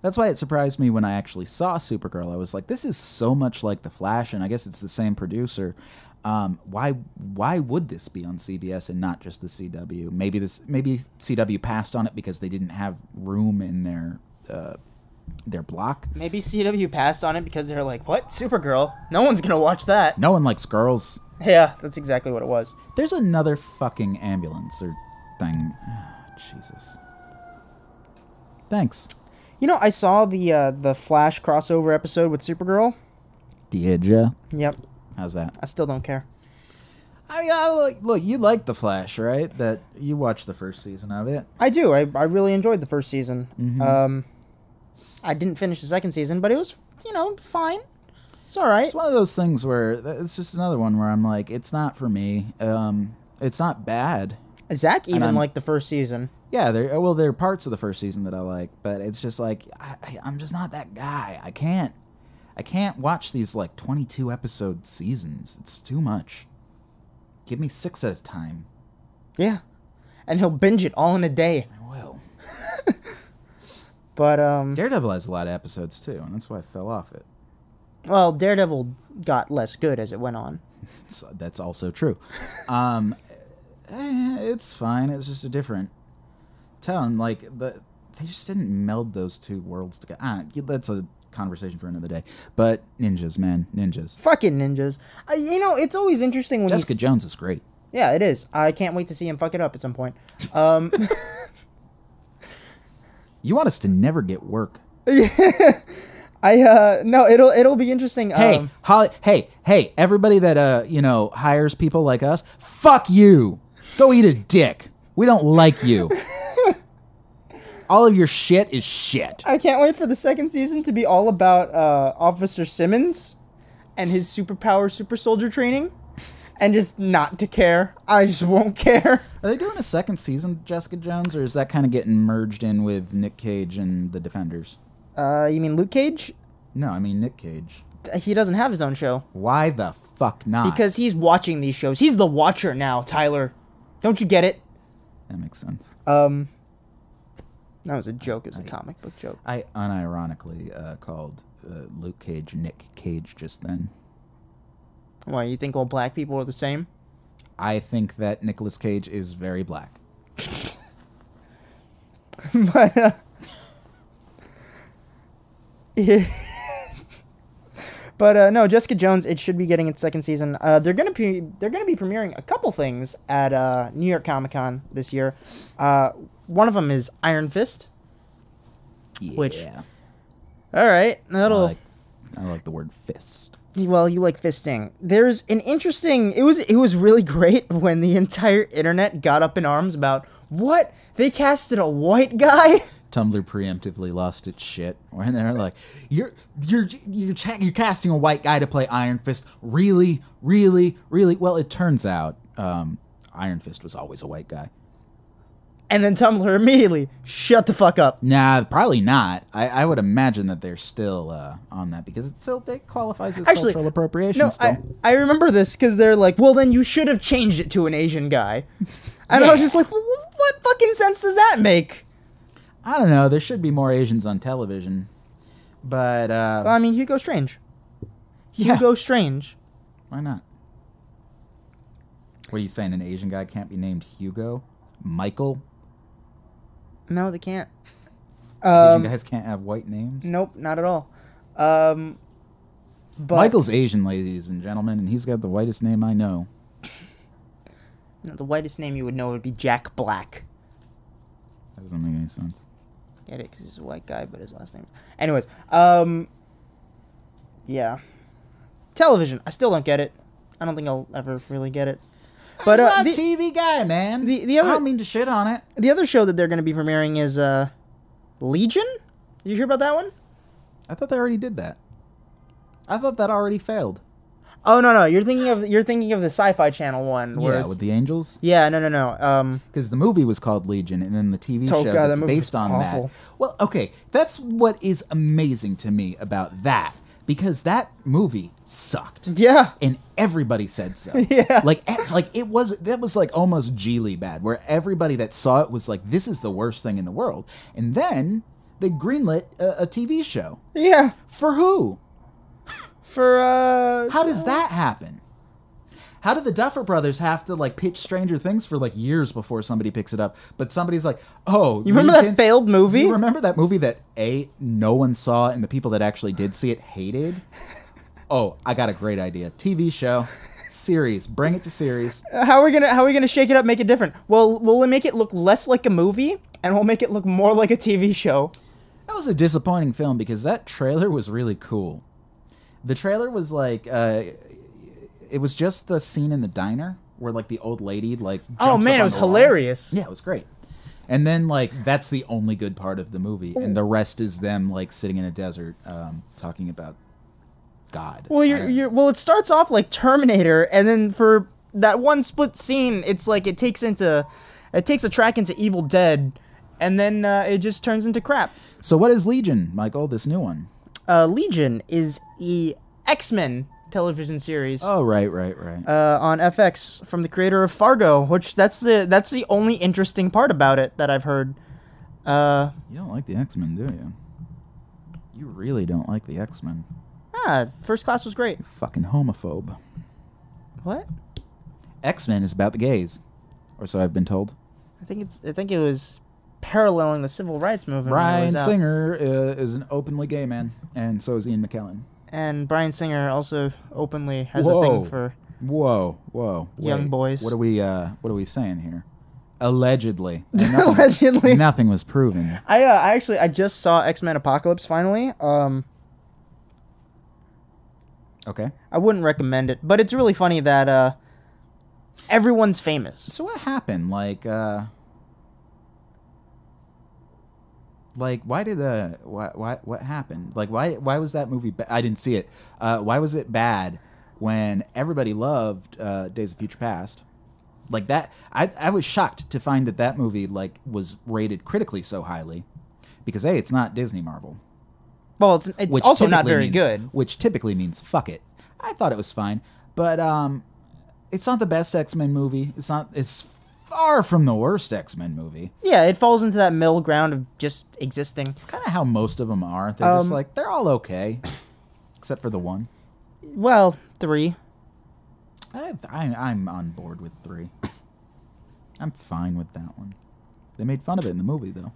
Speaker 2: That's why it surprised me when I actually saw Supergirl. I was like, this is so much like The Flash and I guess it's the same producer. Um, why why would this be on CBS and not just the CW? Maybe this maybe CW passed on it because they didn't have room in their uh, their block.
Speaker 3: Maybe CW passed on it because they were like, "What? Supergirl? No one's gonna watch that."
Speaker 2: No one likes girls.
Speaker 3: Yeah, that's exactly what it was.
Speaker 2: There's another fucking ambulance or thing. Ah, Jesus. Thanks.
Speaker 3: You know, I saw the uh, the Flash crossover episode with Supergirl.
Speaker 2: Did ya?
Speaker 3: Yep,
Speaker 2: How's that?
Speaker 3: I still don't care.
Speaker 2: I, I like, look. You like the Flash, right? That you watched the first season of it.
Speaker 3: I do. I, I really enjoyed the first season.
Speaker 2: Mm-hmm.
Speaker 3: Um, I didn't finish the second season, but it was you know fine. It's all right.
Speaker 2: It's one of those things where th- it's just another one where I'm like, it's not for me. Um, it's not bad.
Speaker 3: Zach even
Speaker 2: I'm-
Speaker 3: liked the first season.
Speaker 2: Yeah, there. uh, Well, there are parts of the first season that I like, but it's just like I, I, I'm just not that guy. I can't. I can't watch these like 22 episode seasons. It's too much. Give me six at a time.
Speaker 3: Yeah, and he'll binge it all in a day.
Speaker 2: I will.
Speaker 3: But um,
Speaker 2: Daredevil has a lot of episodes too, and that's why I fell off it.
Speaker 3: well, Daredevil got less good as it went on.
Speaker 2: So that's also true. Um, eh, it's fine. It's just a different tone. Like the they just didn't meld those two worlds together. Ah, that's a conversation for another day. But ninjas, man, ninjas.
Speaker 3: Fucking ninjas. I, you know, it's always interesting when you
Speaker 2: Jessica Jones is great.
Speaker 3: Yeah, it is. I can't wait to see him fuck it up at some point. Um,
Speaker 2: You want us to never get work.
Speaker 3: I uh, no, it'll it'll be interesting.
Speaker 2: Hey,
Speaker 3: um,
Speaker 2: Holly, hey, hey, everybody that uh, you know, hires people like us, fuck you. Go eat a dick. We don't like you. All of your shit is shit.
Speaker 3: I can't wait for the second season to be all about uh, Officer Simmons and his superpower super soldier training, and just not to care. I just won't care.
Speaker 2: Are they doing a second season of Jessica Jones or is that kind of getting merged in with Nick Cage and the Defenders?
Speaker 3: Uh, you mean Luke Cage?
Speaker 2: No, I mean Nick Cage.
Speaker 3: He doesn't have his own show
Speaker 2: Why the fuck not?
Speaker 3: because he's watching these shows. He's the watcher now, Tyler. Don't you get it?
Speaker 2: that makes sense.
Speaker 3: Um, that was a joke. It was a comic book joke.
Speaker 2: I unironically uh, called uh, Luke Cage Nick Cage just then.
Speaker 3: Why you think all black people are the same?
Speaker 2: I think that Nicolas Cage is very black.
Speaker 3: but uh, yeah. but uh, no, Jessica Jones. It should be getting its second season. Uh, they're gonna be they're gonna be premiering a couple things at uh, New York Comic Con this year. Uh, one of them is Iron Fist.
Speaker 2: Yeah.
Speaker 3: Which- oh. All right,
Speaker 2: I
Speaker 3: that'll
Speaker 2: like, I like the word fist.
Speaker 3: Uh, well you like fisting. There's an interesting. It was it was really great when the entire internet got up in arms about what they casted a white guy.
Speaker 2: Tumblr preemptively lost its shit. Where they're like, "You're you're you're cha- you're casting a white guy to play Iron Fist? Really, really, really?" Well, it turns out um, Iron Fist was always a white guy.
Speaker 3: and then Tumblr immediately shut the fuck up.
Speaker 2: Nah, probably not. I, I would imagine that they're still uh, on that because it still it qualifies as
Speaker 3: Actually,
Speaker 2: cultural appropriation.
Speaker 3: No,
Speaker 2: still.
Speaker 3: I, I remember this because they're like, well, then you should have changed it to an Asian guy. And I was
Speaker 2: Yeah.
Speaker 3: just like, "Wh- wh- what fucking sense does that make?
Speaker 2: I don't know. There should be more Asians on television, but uh,
Speaker 3: Well, I mean, Hugo Strange.
Speaker 2: Yeah.
Speaker 3: Hugo Strange.
Speaker 2: why not? What are you saying? An Asian guy can't be named Hugo, Michael.
Speaker 3: No, they can't. Um,
Speaker 2: Asian guys can't have white names.
Speaker 3: Nope, not at all. Um, but
Speaker 2: Michael's Asian, ladies and gentlemen, and he's got the whitest name I know.
Speaker 3: No, the whitest name you would know would be Jack Black.
Speaker 2: That doesn't make any sense.
Speaker 3: Get it? Because he's a white guy, but his last name. Anyways, um, yeah, television. I still don't get it. I don't think I'll ever really get it. But
Speaker 2: He's
Speaker 3: uh,
Speaker 2: not a
Speaker 3: the,
Speaker 2: TV guy, man.
Speaker 3: the- the other-
Speaker 2: I don't mean to shit on it.
Speaker 3: the other show that they're going to be premiering is uh, Legion. Did you hear about that one?
Speaker 2: I thought they already did that. I thought that already failed.
Speaker 3: Oh no no, you're thinking of you're thinking of the Sci-Fi Channel one. Where
Speaker 2: Yeah,
Speaker 3: it's-
Speaker 2: with the angels.
Speaker 3: yeah no no no. Um,
Speaker 2: because the movie was called Legion, and then the TV
Speaker 3: Oh,
Speaker 2: show
Speaker 3: God, that
Speaker 2: that's
Speaker 3: movie
Speaker 2: based
Speaker 3: was
Speaker 2: on
Speaker 3: awful.
Speaker 2: that. Well, okay, that's what is amazing to me about that because that movie sucked.
Speaker 3: yeah.
Speaker 2: And everybody said so.
Speaker 3: Yeah.
Speaker 2: Like, e- like it was that was like almost Geely bad, where everybody that saw it was like, "This is the worst thing in the world." And then they greenlit a, a TV show
Speaker 3: Yeah.
Speaker 2: for who?
Speaker 3: For uh
Speaker 2: How does that happen? How do the Duffer Brothers have to like pitch Stranger Things for like years before somebody picks it up? But somebody's like, "Oh,
Speaker 3: You remember that failed movie?
Speaker 2: You remember that movie that a no one saw and the people that actually did see it hated? oh, I got a great idea. TV show, series, bring it to series.
Speaker 3: how are we gonna how are we gonna shake it up, make it different? Well, we'll make it look less like a movie, and we'll make it look more like a TV show.
Speaker 2: That was a disappointing film because that trailer was really cool. The trailer was like, uh, it was just the scene in the diner where like the old lady like.
Speaker 3: Oh
Speaker 2: jumps up
Speaker 3: man, it
Speaker 2: on
Speaker 3: was
Speaker 2: the wall.
Speaker 3: hilarious.
Speaker 2: Yeah, it was great. And then like that's the only good part of the movie, and the rest is them like sitting in a desert, um, talking about God. Uh,
Speaker 3: Well,
Speaker 2: I
Speaker 3: you're,
Speaker 2: don't-
Speaker 3: you're well, it starts off like Terminator, and then for that one split scene, it's like it takes into it takes a track into Evil Dead, and then uh, it just turns into crap.
Speaker 2: So what is Legion, Michael? This new one?
Speaker 3: Uh, Legion is the X Men television series.
Speaker 2: Oh, right, right, right.
Speaker 3: uh, on FX from the creator of Fargo, which that's the that's the only interesting part about it that I've heard. Uh,
Speaker 2: you don't like the X Men, do you? You really don't like the X Men.
Speaker 3: ah, first class was great.
Speaker 2: Fucking homophobe.
Speaker 3: What?
Speaker 2: X Men is about the gays, or so I've been told.
Speaker 3: I think it's I think it was paralleling the civil rights movement. when it
Speaker 2: Brian
Speaker 3: was out.
Speaker 2: Singer uh, is an openly gay man, and so is Ian McKellen.
Speaker 3: and Brian Singer also openly has a
Speaker 2: Whoa.
Speaker 3: thing for
Speaker 2: Whoa, whoa,
Speaker 3: Young boys.
Speaker 2: What are we? uh What are we saying here? Allegedly,
Speaker 3: allegedly.
Speaker 2: nothing was proven.
Speaker 3: I uh, I actually I just saw X Men Apocalypse finally. Um,
Speaker 2: Okay,
Speaker 3: I wouldn't recommend it, but it's really funny that uh, everyone's famous.
Speaker 2: so what happened? Like, uh like why did uh why why what happened? Like why why was that movie? Ba- I didn't see it. Uh Why was it bad when everybody loved uh Days of Future Past? Like that, I I was shocked to find that that movie like was rated critically so highly, because a it's not Disney Marvel.
Speaker 3: Well, it's it's also not
Speaker 2: typically
Speaker 3: very
Speaker 2: means-
Speaker 3: good.
Speaker 2: Which typically means fuck it. I thought it was fine, but um, it's not the best X Men movie. It's not. It's far from the worst X Men movie.
Speaker 3: Yeah, it falls into that middle ground of just existing.
Speaker 2: Kind of how most of them are. They're just
Speaker 3: Um,
Speaker 2: like they're all okay, except for the one.
Speaker 3: Well, three.
Speaker 2: I, I, I'm on board with three. I'm fine with that one. They made fun of it in the movie though,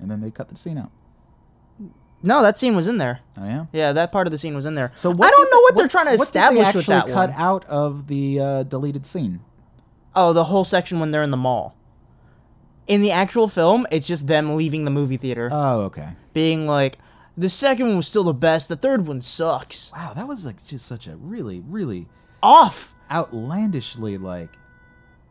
Speaker 2: and then they cut the scene out.
Speaker 3: No, that scene was in there.
Speaker 2: Oh yeah.
Speaker 3: Yeah, that part of the scene was in there.
Speaker 2: So
Speaker 3: I don't
Speaker 2: did
Speaker 3: know
Speaker 2: they-
Speaker 3: what, they're trying to
Speaker 2: what did they
Speaker 3: establish with
Speaker 2: actually
Speaker 3: that
Speaker 2: cut
Speaker 3: one.
Speaker 2: out of the uh, deleted scene.
Speaker 3: Oh, the whole section when they're in the mall. In the actual film, it's just them leaving the movie theater,
Speaker 2: Oh okay.
Speaker 3: being like, "The second one was still the best. The third one sucks."
Speaker 2: Wow, that was like just such a really, really
Speaker 3: Off.
Speaker 2: outlandishly like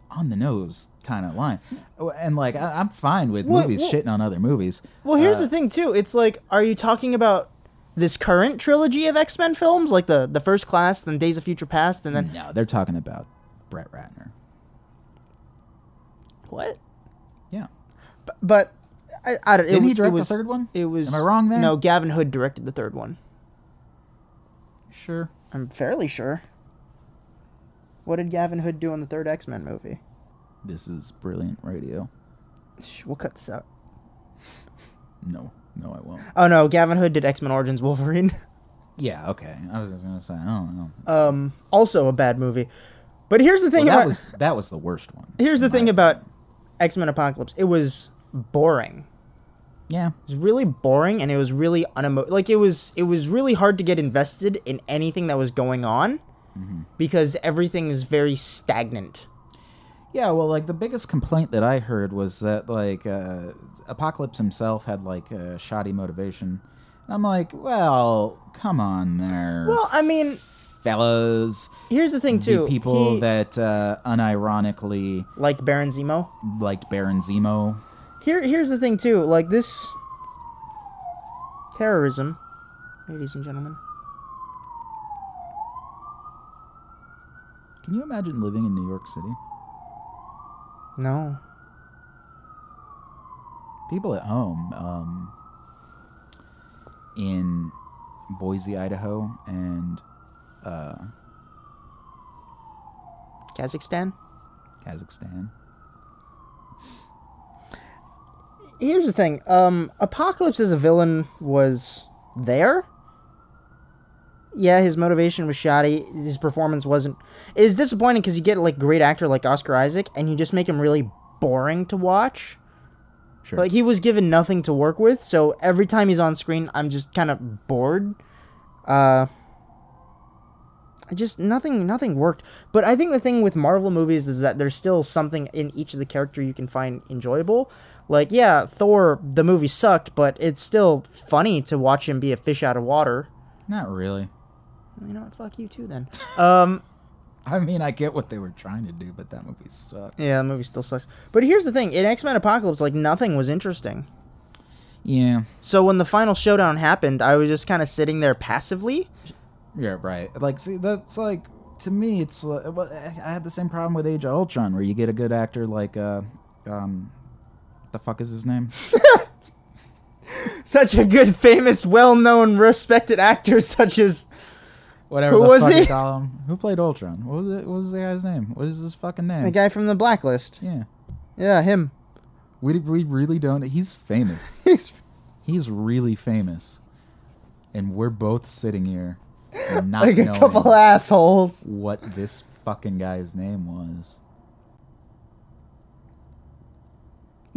Speaker 2: on the nose kind of line. Oh, And like I, I'm fine with
Speaker 3: Well,
Speaker 2: movies
Speaker 3: well-
Speaker 2: shitting on other movies.
Speaker 3: Well, here's
Speaker 2: Uh,
Speaker 3: the thing too. It's like, are you talking about this current trilogy of X Men films, like the the First Class, then Days of Future Past, and then
Speaker 2: no, they're talking about Brett Ratner.
Speaker 3: what?
Speaker 2: Yeah,
Speaker 3: B- But I, I don't. it
Speaker 2: Didn't he
Speaker 3: was-
Speaker 2: direct
Speaker 3: it was,
Speaker 2: the third one?
Speaker 3: It was.
Speaker 2: Am I wrong there?
Speaker 3: No, Gavin Hood directed the third one.
Speaker 2: Sure.
Speaker 3: I'm fairly sure. What did Gavin Hood do in the third X Men movie?
Speaker 2: This is brilliant radio.
Speaker 3: Shh, We'll cut this out.
Speaker 2: No, no, I won't.
Speaker 3: Oh no, Gavin Hood did X Men Origins Wolverine.
Speaker 2: Yeah, okay. I was just gonna say, I don't know.
Speaker 3: Um, also a bad movie. But here's the thing
Speaker 2: Well, that
Speaker 3: about
Speaker 2: was that was the worst one.
Speaker 3: here's the
Speaker 2: in my
Speaker 3: thing about
Speaker 2: opinion.
Speaker 3: X Men Apocalypse. It was boring.
Speaker 2: yeah.
Speaker 3: It was really boring, and it was really unemo. Like it was it was really hard to get invested in anything that was going on
Speaker 2: Mm-hmm.
Speaker 3: because everything is very stagnant.
Speaker 2: Yeah, well, like the biggest complaint that I heard was that like uh, Apocalypse himself had like uh, shoddy motivation, and I'm like, well, come on there,
Speaker 3: Well, I mean,
Speaker 2: fellas,
Speaker 3: here's the thing too.
Speaker 2: the people
Speaker 3: He
Speaker 2: that uh, unironically
Speaker 3: liked Baron Zemo.
Speaker 2: liked Baron Zemo.
Speaker 3: Here, here's the thing too. Like this terrorism, ladies and gentlemen.
Speaker 2: Can you imagine living in New York City?
Speaker 3: No,
Speaker 2: People at home um, in Boise, Idaho, and
Speaker 3: Kazakhstan.
Speaker 2: Kazakhstan.
Speaker 3: here's the thing um apocalypse as a villain was there yeah his motivation was shoddy his performance wasn't it's disappointing because you get like great actor like oscar isaac and you just make him really boring to watch
Speaker 2: Sure.
Speaker 3: like he was given nothing to work with so every time he's on screen i'm just kind of bored uh I just nothing nothing worked but i think the thing with marvel movies is that there's still something in each of the character you can find enjoyable like yeah thor the movie sucked but it's still funny to watch him be a fish out of water
Speaker 2: Not really.
Speaker 3: you know what fuck you too then um
Speaker 2: I mean, I get what they were trying to do, but that movie sucked.
Speaker 3: yeah the movie still sucks but here's the thing in x-men apocalypse like nothing was interesting
Speaker 2: Yeah,
Speaker 3: so when the final showdown happened i was just kind of sitting there passively
Speaker 2: yeah, right. Like, see, that's like to me, it's like, well, I- I had the same problem with Age of Ultron, where you get a good actor like, uh, um, the fuck is his name?
Speaker 3: such a good, famous, well-known, respected actor such as
Speaker 2: Whatever.
Speaker 3: Who
Speaker 2: the
Speaker 3: was
Speaker 2: fuck
Speaker 3: he?
Speaker 2: You call him. Who played Ultron? What was, it, what was the guy's name? What is his fucking name?
Speaker 3: the guy from the Blacklist.
Speaker 2: yeah,
Speaker 3: Yeah, him.
Speaker 2: we we really don't. He's famous. he's really famous, and we're both sitting here, and not
Speaker 3: like a
Speaker 2: knowing
Speaker 3: couple assholes.
Speaker 2: what this fucking guy's name was.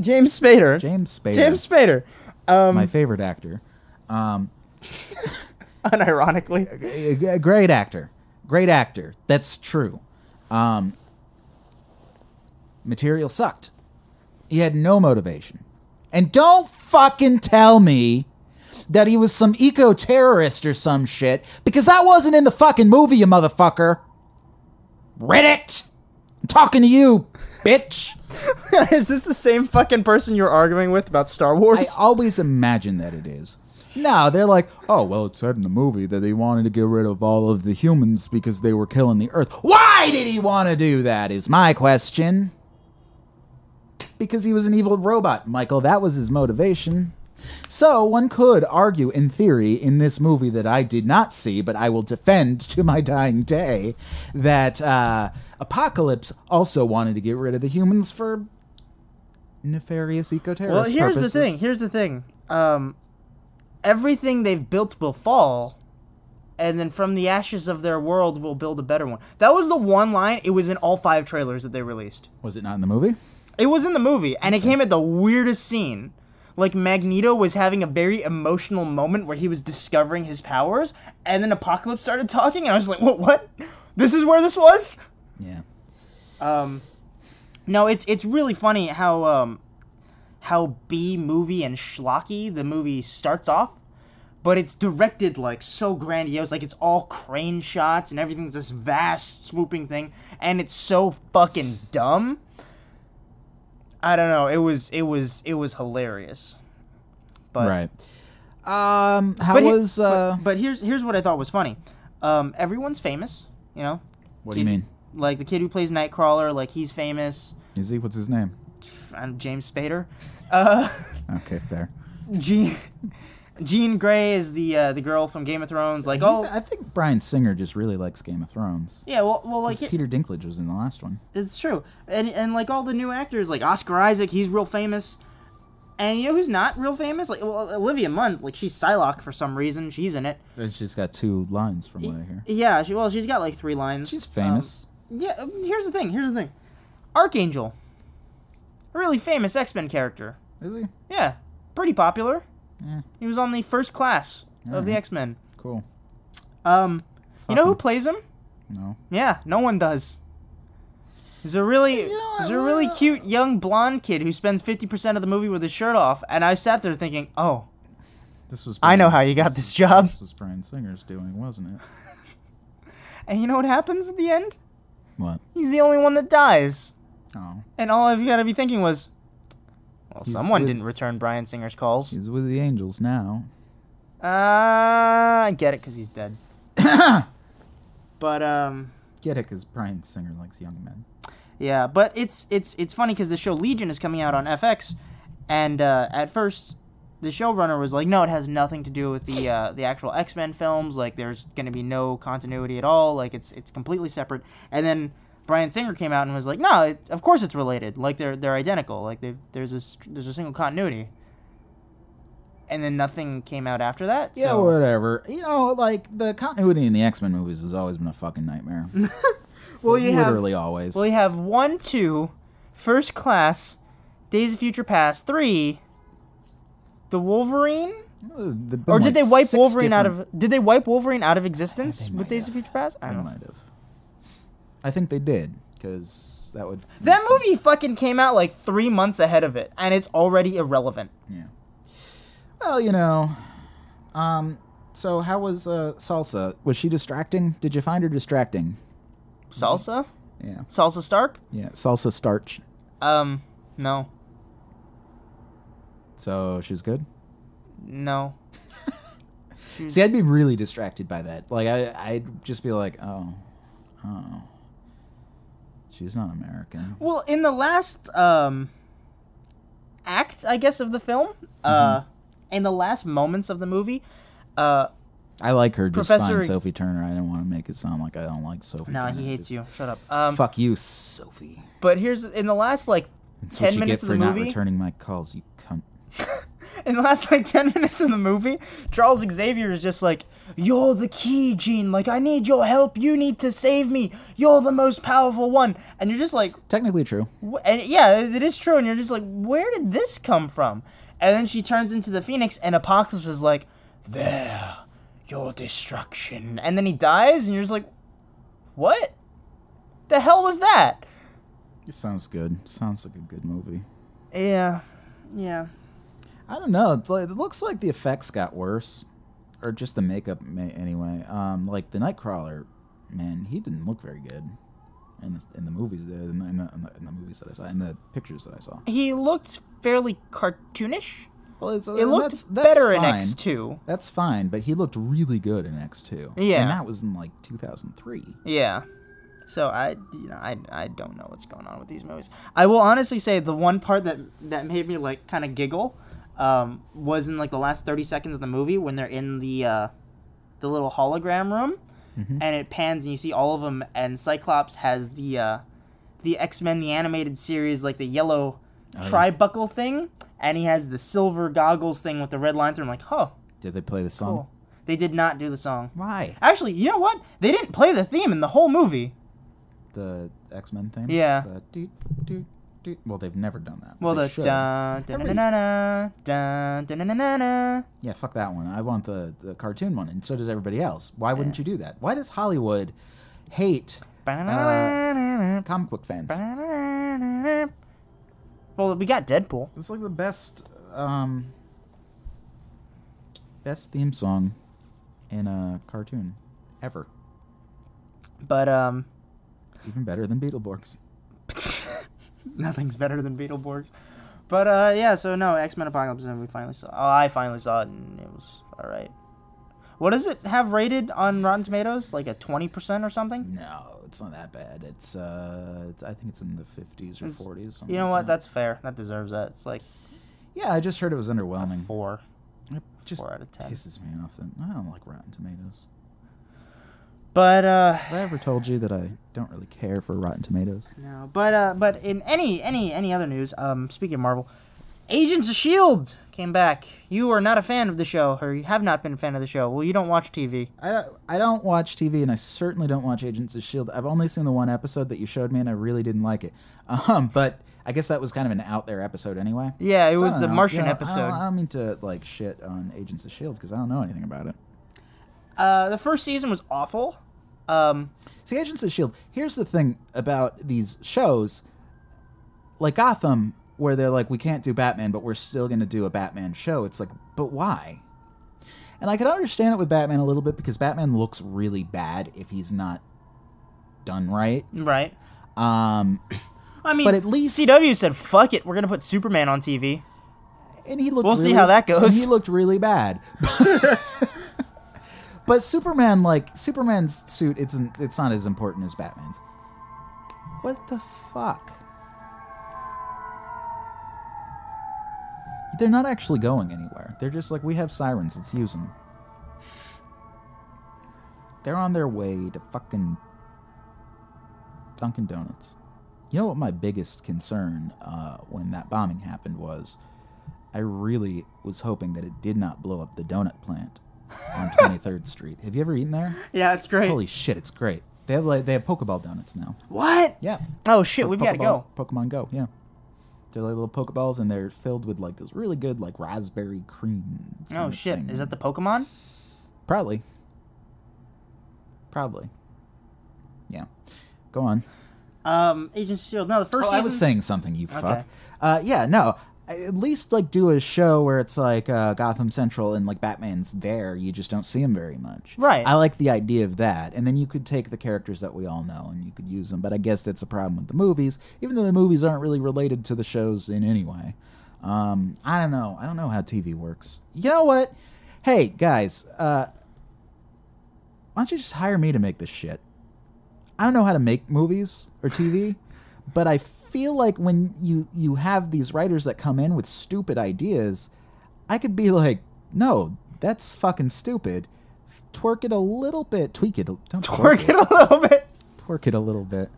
Speaker 3: James Spader.
Speaker 2: James Spader.
Speaker 3: James Spader. Um,
Speaker 2: my favorite actor. Um,
Speaker 3: unironically,
Speaker 2: a- a great actor. Great actor. That's true. Um, material sucked. He had no motivation. And don't fucking tell me that he was some eco terrorist or some shit because that wasn't in the fucking movie, you motherfucker. Reddit! I'm talking to you, bitch.
Speaker 3: is this the same fucking person you're arguing with about Star
Speaker 2: I
Speaker 3: Wars?
Speaker 2: always imagine that it is. No, they're like, oh, well, it said in the movie that they wanted to get rid of all of the humans because they were killing the Earth. Why did he want to do that, is my question. Because he was an evil robot, Michael. That was his motivation. So, one could argue, in theory, in this movie that I did not see, but I will defend to my dying day, that uh, Apocalypse also wanted to get rid of the humans for nefarious eco terrorist
Speaker 3: well, here's
Speaker 2: purposes.
Speaker 3: the thing. Here's the thing. Um, everything they've built will fall, and then from the ashes of their world, we'll build a better one. That was the one line. It was in all five trailers that they released.
Speaker 2: Was it not in the movie?
Speaker 3: It was in the movie, and it came at the weirdest scene. Like Magneto was having a very emotional moment where he was discovering his powers, and then Apocalypse started talking, and I was like, "What? What? This is where this was?"
Speaker 2: Yeah.
Speaker 3: Um, no, it's it's really funny how um, how B movie and schlocky the movie starts off, but it's directed like so grandiose, like it's all crane shots and everything's this vast swooping thing, and it's so fucking dumb. I don't know. It was it was it was hilarious. But
Speaker 2: Right. Um, how
Speaker 3: but he-
Speaker 2: was? uh,
Speaker 3: but, but here's here's what I thought was funny. Um, everyone's famous, you know.
Speaker 2: what do you
Speaker 3: kid-
Speaker 2: mean?
Speaker 3: Like the kid who plays Nightcrawler, like he's famous.
Speaker 2: Is he? What's his name?
Speaker 3: and James Spader. Uh,
Speaker 2: Okay, fair.
Speaker 3: Jean Jean Grey is the uh, the girl from Game of Thrones. Like oh
Speaker 2: He's- I think Brian Singer just really likes Game of Thrones.
Speaker 3: yeah, well, well like
Speaker 2: 'Cause Peter Dinklage was in the last one.
Speaker 3: It's true. And and like all the new actors, like Oscar Isaac, he's real famous. And you know who's not real famous? Like well, Olivia Munn, like she's Psylocke for some reason. She's in it.
Speaker 2: She's got two lines from what I hear.
Speaker 3: Yeah, she well, she's got like three lines.
Speaker 2: She's
Speaker 3: Um,
Speaker 2: famous.
Speaker 3: yeah, um, here's the thing. Here's the thing. Archangel. A really famous X-Men character.
Speaker 2: Is he?
Speaker 3: Yeah, pretty popular.
Speaker 2: Yeah.
Speaker 3: He was on the first class of the
Speaker 2: Alright.
Speaker 3: X-Men.
Speaker 2: Cool.
Speaker 3: Um, you
Speaker 2: Fuck
Speaker 3: know who
Speaker 2: him.
Speaker 3: plays him?
Speaker 2: No.
Speaker 3: Yeah, no one does. He's a really,
Speaker 2: You know, I
Speaker 3: he's a really
Speaker 2: wanna-
Speaker 3: cute young blonde kid who spends fifty percent of the movie with his shirt off, and I sat there thinking, oh,
Speaker 2: This was.
Speaker 3: I know how you got this job.
Speaker 2: This was Brian Singer's doing, wasn't it?
Speaker 3: and you know what happens at the end?
Speaker 2: What?
Speaker 3: He's the only one that dies,
Speaker 2: Oh,
Speaker 3: and all I've got to be thinking was, well,
Speaker 2: He's
Speaker 3: someone
Speaker 2: with-
Speaker 3: didn't return Brian Singer's calls.
Speaker 2: he's with the Angels now.
Speaker 3: Uh, Ah, I get it because he's dead. but um,
Speaker 2: Get it, because Brian Singer likes young men.
Speaker 3: Yeah, but it's it's it's funny because the show Legion is coming out on FX, and uh, at first the showrunner was like, "No, it has nothing to do with the uh, the actual X Men films. Like, there's going to be no continuity at all. Like, it's it's completely separate." And then Brian Singer came out and was like, "No, it, of course it's related. Like, they're they're identical. Like, they there's a s- there's a single continuity." And then nothing came out after that.
Speaker 2: Yeah,
Speaker 3: so-
Speaker 2: whatever. You know, like the continuity in the X Men movies has always been a fucking nightmare.
Speaker 3: well, you have
Speaker 2: literally always.
Speaker 3: Well, you have one, two, First Class, Days of Future Past, three, the Wolverine, or did they wipe Wolverine out of? Did they wipe Wolverine out of existence
Speaker 2: They
Speaker 3: with
Speaker 2: might
Speaker 3: Days of
Speaker 2: have.
Speaker 3: Future Past? I
Speaker 2: I
Speaker 3: don't know.
Speaker 2: might have. I think they did because that would. make
Speaker 3: That
Speaker 2: sense.
Speaker 3: movie fucking came out like three months ahead of it, and it's already irrelevant.
Speaker 2: Yeah. Well, you know. Um. So how was uh, Salsa? Was she distracting? Did you find her distracting? Mm-hmm.
Speaker 3: Salsa,
Speaker 2: Yeah.
Speaker 3: Salsa Stark.
Speaker 2: Yeah. Salsa starch.
Speaker 3: Um, no,
Speaker 2: So she was good.
Speaker 3: no.
Speaker 2: See, I'd be really distracted by that. Like I, I'd just be like, oh, oh, she's not American.
Speaker 3: Well, in the last um act, I guess, of the film,
Speaker 2: Mm-hmm.
Speaker 3: uh, in the last moments of the movie, uh,
Speaker 2: I like her just
Speaker 3: Professor
Speaker 2: fine,
Speaker 3: Ex-
Speaker 2: Sophie Turner. I don't want to make it sound like I don't like Sophie.
Speaker 3: no,
Speaker 2: Turner.
Speaker 3: he hates
Speaker 2: Just-
Speaker 3: you. Shut up. Um,
Speaker 2: Fuck you, Sophie.
Speaker 3: But here's in the last like
Speaker 2: That's what
Speaker 3: ten
Speaker 2: you get
Speaker 3: minutes of
Speaker 2: for
Speaker 3: the
Speaker 2: not
Speaker 3: movie.
Speaker 2: returning my calls, you cunt.
Speaker 3: in the last like ten minutes of the movie, Charles Xavier is just like, "You're the key, Jean. Like I need your help. You need to save me. You're the most powerful one." And you're just like,
Speaker 2: Technically true.
Speaker 3: wh- and yeah, it is true. And you're just like, where did this come from? And then she turns into the Phoenix, and Apocalypse is like, "There, your destruction." And then he dies, and you're just like, what? The hell was that?
Speaker 2: Sounds good. Sounds like a good movie.
Speaker 3: Yeah, yeah.
Speaker 2: I don't know. It's like, it looks like the effects got worse, or just the makeup ma- anyway. Um, like the Nightcrawler, man, he didn't look very good in the, in the movies. There, in the, in, the, in, the, in the movies that I saw, in the pictures that I saw.
Speaker 3: He looked fairly cartoonish.
Speaker 2: Well, it's,
Speaker 3: It
Speaker 2: and
Speaker 3: looked
Speaker 2: that's- that's
Speaker 3: better in
Speaker 2: fine.
Speaker 3: X2.
Speaker 2: That's fine, but he looked really good in X two.
Speaker 3: Yeah.
Speaker 2: and that was in like two thousand three.
Speaker 3: Yeah. So I, you know, I, I don't know what's going on with these movies. I will honestly say the one part that that made me like kind of giggle um, was in like the last thirty seconds of the movie when they're in the uh, the little hologram room,
Speaker 2: Mm-hmm.
Speaker 3: and it pans and you see all of them, and Cyclops has the uh, the X Men the animated series like the yellow
Speaker 2: Oh,
Speaker 3: tribuckle thing, and he has the silver goggles thing with the red line through. I'm like, huh,
Speaker 2: Did they play the song?
Speaker 3: cool. They did not do the song.
Speaker 2: Why
Speaker 3: Actually, you know what? They didn't play the theme in the whole movie.
Speaker 2: the X Men thing?
Speaker 3: Yeah.
Speaker 2: The doot, doot, doot. Well, they've never done that. but
Speaker 3: Well,
Speaker 2: they
Speaker 3: the
Speaker 2: should.
Speaker 3: dun dun dun dun dun dun dun dun dun.
Speaker 2: Yeah, fuck that one. I want the, the cartoon one, and so does everybody else. Why wouldn't you do that? Why does Hollywood hate
Speaker 3: Ba-na-na-na-na-na,
Speaker 2: comic book fans?
Speaker 3: ba-na-na-na-na. Well, we got Deadpool.
Speaker 2: It's like the best um, best theme song in a cartoon ever.
Speaker 3: But um
Speaker 2: Even better than Beetleborgs.
Speaker 3: nothing's better than Beetleborgs. But uh yeah, so no, X-Men Apocalypse and we finally saw. Oh, I finally saw it and it was all right. What does it have rated on Rotten Tomatoes? Like a 20% or something?
Speaker 2: No, it's not that bad. It's uh, it's, I think it's in the fifties or
Speaker 3: It's-
Speaker 2: forties. something
Speaker 3: You know
Speaker 2: like
Speaker 3: what?
Speaker 2: that.
Speaker 3: That's fair. That deserves that. It's like
Speaker 2: yeah. I just heard it was
Speaker 3: a
Speaker 2: underwhelming.
Speaker 3: four.
Speaker 2: It just
Speaker 3: Four out of ten.
Speaker 2: pisses me off that I don't like Rotten Tomatoes.
Speaker 3: But uh,
Speaker 2: Have I ever told you that I don't really care for Rotten Tomatoes?
Speaker 3: no. But uh, but in any any any other news, um, speaking of Marvel, Agents of Shield E came back. You are not a fan of the show, or you have not been a fan of the show. Well, you don't watch TV.
Speaker 2: I don't, I don't watch TV, and I certainly don't watch Agents of Shield. E I've only seen the one episode that you showed me, and I really didn't like it. Um, but I guess that was kind of an out there episode anyway.
Speaker 3: Yeah, it
Speaker 2: So I
Speaker 3: was
Speaker 2: don't
Speaker 3: the
Speaker 2: know.
Speaker 3: Martian
Speaker 2: You know, I
Speaker 3: episode.
Speaker 2: don't, I don't mean to like shit on Agents of Shield because I E don't know anything about it.
Speaker 3: Uh, the first season was awful. Um,
Speaker 2: See, Agents of Shield. E Here's the thing about these shows, like Gotham, where they're like, we can't do Batman, but we're still going to do a Batman show. It's like, but why? And I can understand it with Batman a little bit because Batman looks really bad if he's not done right.
Speaker 3: right.
Speaker 2: Um,
Speaker 3: I mean,
Speaker 2: But at least-
Speaker 3: CW said, "Fuck it, we're gonna put Superman on TV."
Speaker 2: and he looked.
Speaker 3: We'll see
Speaker 2: really-
Speaker 3: how that
Speaker 2: and
Speaker 3: goes.
Speaker 2: he looked really bad. but Superman, like Superman's suit, it's it's not as important as Batman's. What the fuck? They're not actually going anywhere. They're just like we have sirens. Let's use them. They're on their way to fucking Dunkin' Donuts. You know what my biggest concern uh, when that bombing happened was? I really was hoping that it did not blow up the donut plant on 23rd Street. Have you ever eaten there?
Speaker 3: Yeah, it's great.
Speaker 2: Holy shit, it's great. They have like they have Pokeball donuts now.
Speaker 3: what?
Speaker 2: Yeah.
Speaker 3: Oh shit, we've got to go.
Speaker 2: Pokeball- Pokemon Go, yeah. They're like little Pokeballs and they're filled with like this really good like raspberry cream.
Speaker 3: Oh
Speaker 2: kinda
Speaker 3: shit,
Speaker 2: thing.
Speaker 3: is that the Pokemon?
Speaker 2: Probably. Probably. Yeah. Go on.
Speaker 3: Um, Agent Shield. No, the first
Speaker 2: Oh,
Speaker 3: season.
Speaker 2: I was saying something, you fuck. Uh, yeah, no. At least like do a show where it's like uh, Gotham Central and like Batman's there. You just don't see him very much.
Speaker 3: Right.
Speaker 2: I like the idea of that, and then you could take the characters that we all know and you could use them. But I guess that's a problem with the movies, even though the movies aren't really related to the shows in any way. Um, I don't know. I don't know how TV works. You know what? Hey guys, uh, why don't you just hire me to make this shit? I don't know how to make movies or TV, but I feel like when you you have these writers that come in with stupid ideas, I could be like, no, that's fucking stupid. Twerk it a little bit, tweak it. a- Don't
Speaker 3: Work it a little bit.
Speaker 2: Twerk it a little bit.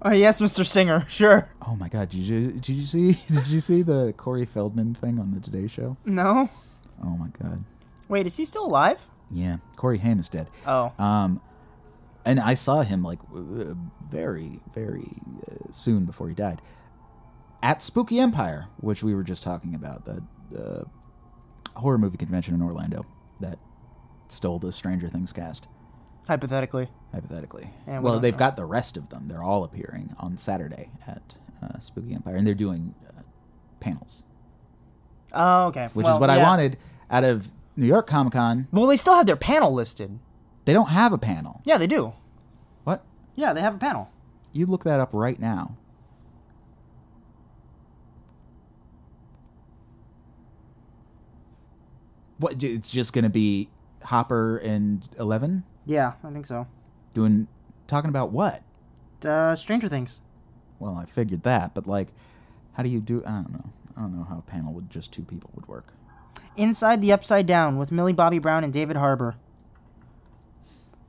Speaker 3: Oh yes, Mr. Singer. Sure.
Speaker 2: Oh my god, did you did you see did you see the Corey Feldman thing on the Today Show?
Speaker 3: No.
Speaker 2: Oh my god.
Speaker 3: Wait, is he still alive?
Speaker 2: Yeah, Corey Haim is dead.
Speaker 3: Oh.
Speaker 2: Um, and I saw him like w- w- very, very uh, soon before he died at Spooky Empire, which we were just talking about, the uh, horror movie convention in Orlando that stole the Stranger Things cast.
Speaker 3: Hypothetically.
Speaker 2: Hypothetically,
Speaker 3: Yeah, we
Speaker 2: well,
Speaker 3: don't
Speaker 2: they've
Speaker 3: know.
Speaker 2: got the rest of them. They're all appearing on Saturday at uh, Spooky Empire, and they're doing uh, panels,
Speaker 3: Oh, okay.
Speaker 2: which
Speaker 3: Well,
Speaker 2: is what I
Speaker 3: yeah.
Speaker 2: wanted out of New York Comic Con.
Speaker 3: Well, they still have their panel listed.
Speaker 2: They don't have a panel.
Speaker 3: Yeah, they do.
Speaker 2: What?
Speaker 3: Yeah, they have a panel.
Speaker 2: You look that up right now. What? j- It's just gonna be Hopper and Eleven
Speaker 3: Yeah, I think so.
Speaker 2: doing talking about what?
Speaker 3: Uh, Stranger Things.
Speaker 2: Well, I figured that, but like, how do you do? I don't know. I don't know how a panel with just two people would work.
Speaker 3: Inside the Upside Down with Millie Bobby Brown and David Harbour.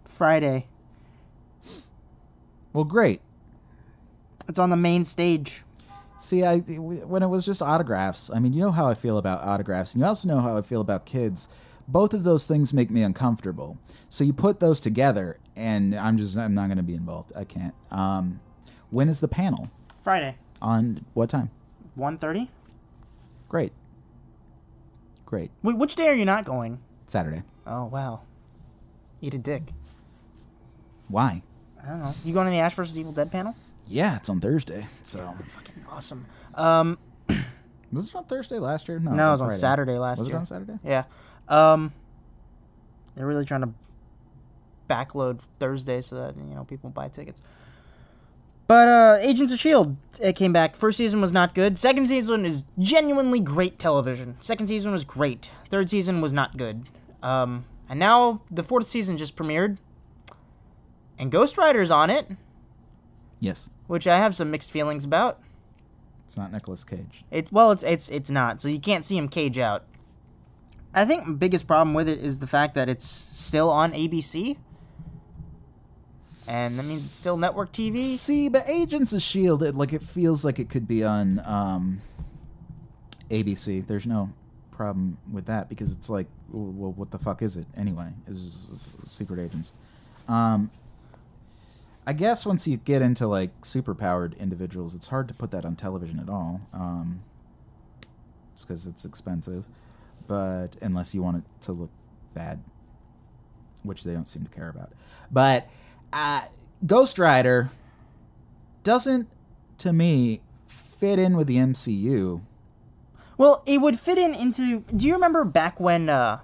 Speaker 3: Friday.
Speaker 2: Well, great.
Speaker 3: It's on the main stage.
Speaker 2: See, I when it was just autographs. I mean, you know how I feel about autographs, and you also know how I feel about kids. Both of those things make me uncomfortable. So you put those together, and I'm just I'm not going to be involved. I can't. Um, when is the panel
Speaker 3: Friday.
Speaker 2: on? What time?
Speaker 3: 1.30?
Speaker 2: Great. Great.
Speaker 3: Wait, which day are you not going?
Speaker 2: Saturday.
Speaker 3: Oh, wow. Eat a dick.
Speaker 2: Why?
Speaker 3: I don't know. You going to the Ash vs. Evil Dead panel?
Speaker 2: Yeah, it's on Thursday. So
Speaker 3: Awesome. Um,
Speaker 2: was it on Thursday last year? No,
Speaker 3: no, it was on
Speaker 2: Friday.
Speaker 3: Saturday last
Speaker 2: Was
Speaker 3: year.
Speaker 2: it on Saturday?
Speaker 3: Yeah. Um, they're really trying to backload Thursday so that you know people buy tickets. But uh, Agents of Shield uh came back. First season was not good. Second season is genuinely great television. Second season was great. Third season was not good. Um, and now the fourth season just premiered. and Ghost Rider's on it,
Speaker 2: Yes,
Speaker 3: which I have some mixed feelings about.
Speaker 2: it's not Nicolas Cage.
Speaker 3: It well, it's it's it's not. So you can't see him cage out. I think my biggest problem with it is the fact that it's still on ABC, and that means it's still network TV.
Speaker 2: See, but Agents of Shield, E it, like it feels like it could be on um, ABC. There's no problem with that because it's like, w- well, what the fuck is it anyway? Is is- is Secret Agents? Um, I guess once you get into like superpowered individuals, it's hard to put that on television at all. Um, just because it's expensive, but unless you want it to look bad, which they don't seem to care about. But uh, Ghost Rider doesn't, to me, fit in with the MCU.
Speaker 3: Well, it would fit in into. Do you remember back when uh,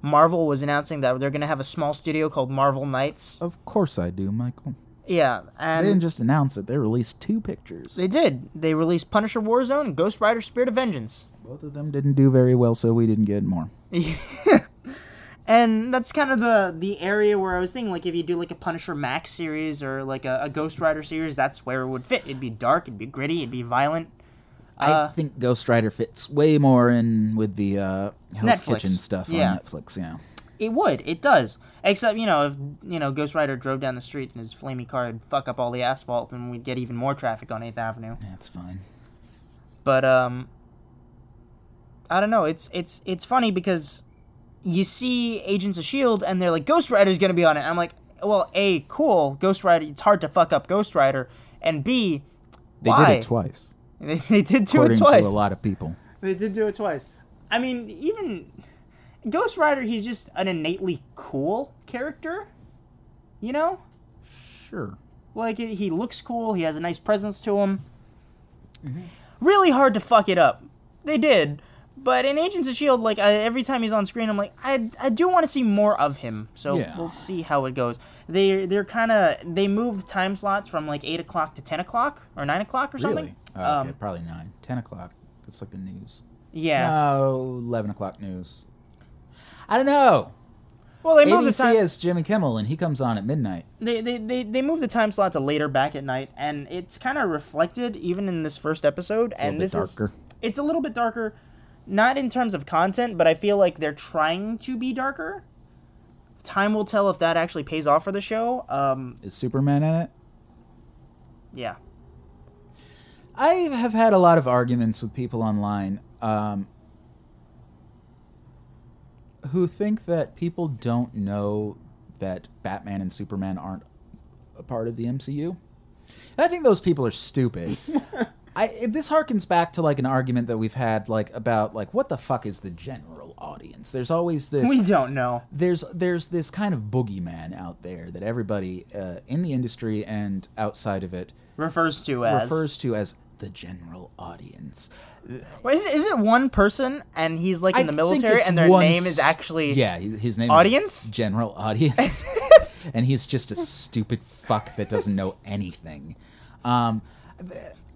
Speaker 3: Marvel was announcing that they're gonna have a small studio called Marvel Knights?
Speaker 2: Of course I do, Michael.
Speaker 3: Yeah,
Speaker 2: They didn't
Speaker 3: and
Speaker 2: just announce it; they released two pictures.
Speaker 3: they did. They released Punisher Warzone and Ghost Rider Spirit of Vengeance.
Speaker 2: Both of them didn't do very well, so we didn't get more.
Speaker 3: and that's kind of the the area where I was thinking, like if you do like a Punisher Max series or like a, a Ghost Rider series, that's where it would fit. It'd be dark, it'd be gritty, it'd be violent.
Speaker 2: I
Speaker 3: Uh,
Speaker 2: think Ghost Rider fits way more in with the uh, Hell's
Speaker 3: Netflix.
Speaker 2: Kitchen stuff
Speaker 3: Yeah.
Speaker 2: on Netflix. Yeah,
Speaker 3: It would, it does. Except you know if you know Ghost Rider drove down the street in his flaming car and fuck up all the asphalt, then we'd get even more traffic on Eighth Avenue.
Speaker 2: that's fine.
Speaker 3: But um, I don't know. It's it's it's funny because you see Agents of Shield E and they're like Ghost Rider's gonna be on it. I'm like, well, a cool Ghost Rider. It's hard to fuck up Ghost Rider, and B,
Speaker 2: They
Speaker 3: why?
Speaker 2: did it twice,
Speaker 3: They, they did do it
Speaker 2: according
Speaker 3: twice.
Speaker 2: to a lot of people.
Speaker 3: They did do it twice. I mean, even Ghost Rider, he's just an innately cool character. You know,
Speaker 2: Sure.
Speaker 3: like he he looks cool. He has a nice presence to him. Mm-hmm. Really hard to fuck it up. They did, but in Agents of Shield, like I, every time he's on screen, I'm like, I, I do want to see more of him. So
Speaker 2: Yeah.
Speaker 3: we'll see how it goes. They they're kind of they moved time slots from like eight o'clock to ten o'clock or nine o'clock or something.
Speaker 2: Really? Oh, okay,
Speaker 3: Um,
Speaker 2: probably nine. Ten o'clock. That's like the news.
Speaker 3: yeah.
Speaker 2: No, eleven o'clock news. I don't know.
Speaker 3: well, they moved the
Speaker 2: ABC
Speaker 3: time.
Speaker 2: is Jimmy Kimmel, and he comes on at midnight.
Speaker 3: they, they, they, they moved the time slot to later back at night, and it's kind of reflected even in this first episode.
Speaker 2: A
Speaker 3: and
Speaker 2: little bit
Speaker 3: this is-
Speaker 2: darker.
Speaker 3: it's a little bit darker, not in terms of content, but I feel like they're trying to be darker. Time will tell if that actually pays off for the show. Um,
Speaker 2: Is Superman in it?
Speaker 3: yeah,
Speaker 2: I have had a lot of arguments with people online um, who think that people don't know that Batman and Superman aren't a part of the MCU. And I think those people are stupid. I it- this harkens back to like an argument that we've had like about like what the fuck is the general audience? There's always this
Speaker 3: we don't know.
Speaker 2: there's there's this kind of boogeyman out there that everybody uh, in the industry and outside of it
Speaker 3: Refers to as
Speaker 2: refers to as the general audience.
Speaker 3: Well, is, it- is it one person and he's like in the
Speaker 2: I think
Speaker 3: military
Speaker 2: it's
Speaker 3: and their
Speaker 2: one
Speaker 3: name is
Speaker 2: s-
Speaker 3: actually
Speaker 2: yeah, he- his name
Speaker 3: Audience?
Speaker 2: is general audience, and he's just a stupid fuck that doesn't know anything. Um,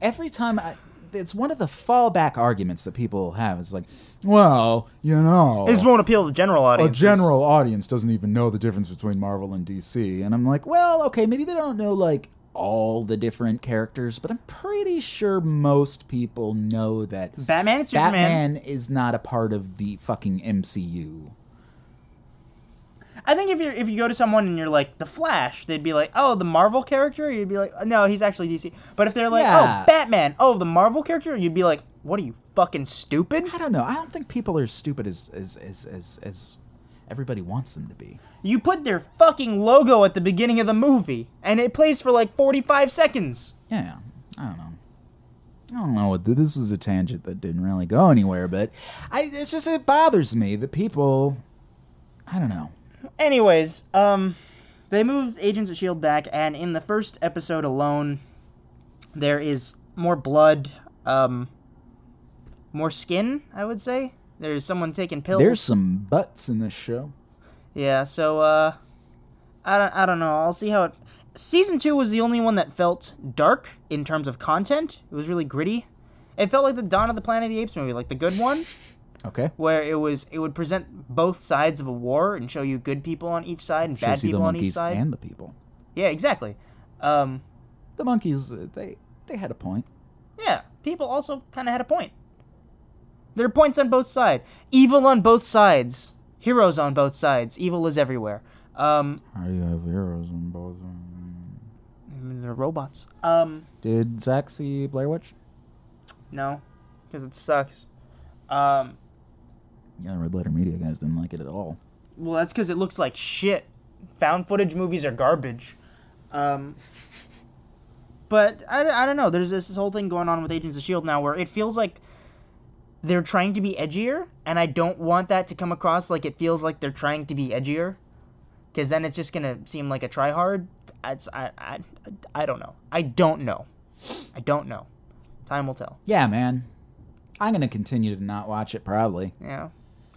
Speaker 2: every time I. It's one of the fallback arguments that people have. It's like, well, you know,
Speaker 3: This won't appeal to the general
Speaker 2: a
Speaker 3: audience.
Speaker 2: general audience doesn't even know the difference between Marvel and DC. And I'm like, well, okay, maybe they don't know like all the different characters, but I'm pretty sure most people know that
Speaker 3: Batman and Superman.
Speaker 2: Batman is not a part of the fucking MCU.
Speaker 3: I think if you if you go to someone and you're like the Flash, they'd be like, "Oh, the Marvel character." You'd be like, "No, he's actually DC." But if they're like,
Speaker 2: Yeah.
Speaker 3: "Oh, Batman," "Oh, the Marvel character," you'd be like, "What are you fucking stupid?
Speaker 2: I don't know. I don't think people are as stupid as as as as, as everybody wants them to be.
Speaker 3: You put their fucking logo at the beginning of the movie, and it plays for like 45 seconds."
Speaker 2: Yeah, I don't know. I don't know. what th- This was a tangent that didn't really go anywhere, but I it's just it bothers me that people. I don't know.
Speaker 3: Anyways, um, they moved Agents of Shield E back, and in the first episode alone, there is more blood, um, more skin. I would say there's someone taking pills.
Speaker 2: There's some butts in this show.
Speaker 3: Yeah, so uh I don't I don't know. I'll see how it Season 2 was the only one that felt dark in terms of content. It was really gritty. It felt like the Dawn of the Planet of the Apes movie, like the good one,
Speaker 2: Okay.
Speaker 3: where it was it would present both sides of a war and show you good people on each side and
Speaker 2: Should
Speaker 3: bad
Speaker 2: see the
Speaker 3: people on each
Speaker 2: monkeys
Speaker 3: side.
Speaker 2: and the people.
Speaker 3: Yeah, exactly. Um,
Speaker 2: The monkeys, uh, they they had a point.
Speaker 3: yeah, people also kind of had a point. There are points on both sides. Evil on both sides. Heroes on both sides. Evil is everywhere. Um,
Speaker 2: How do you have heroes in both?
Speaker 3: they're robots. Um,
Speaker 2: Did Zach see Blair Witch?
Speaker 3: no, because it sucks. Um,
Speaker 2: Yeah, the Red Letter Media guys didn't like it at all.
Speaker 3: well, that's because it looks like shit. Found footage movies are garbage. Um, but I, I don't know. There's this, this whole thing going on with Agents of S.H.I.E.L.D. E now where it feels like they're trying to be edgier, and I don't want that to come across like it feels like they're trying to be edgier. Because then it's just going to seem like a tryhard. It's, I, I, I don't know. I don't know. I don't know. Time will tell.
Speaker 2: Yeah, man. I'm gonna continue to not watch it probably.
Speaker 3: Yeah.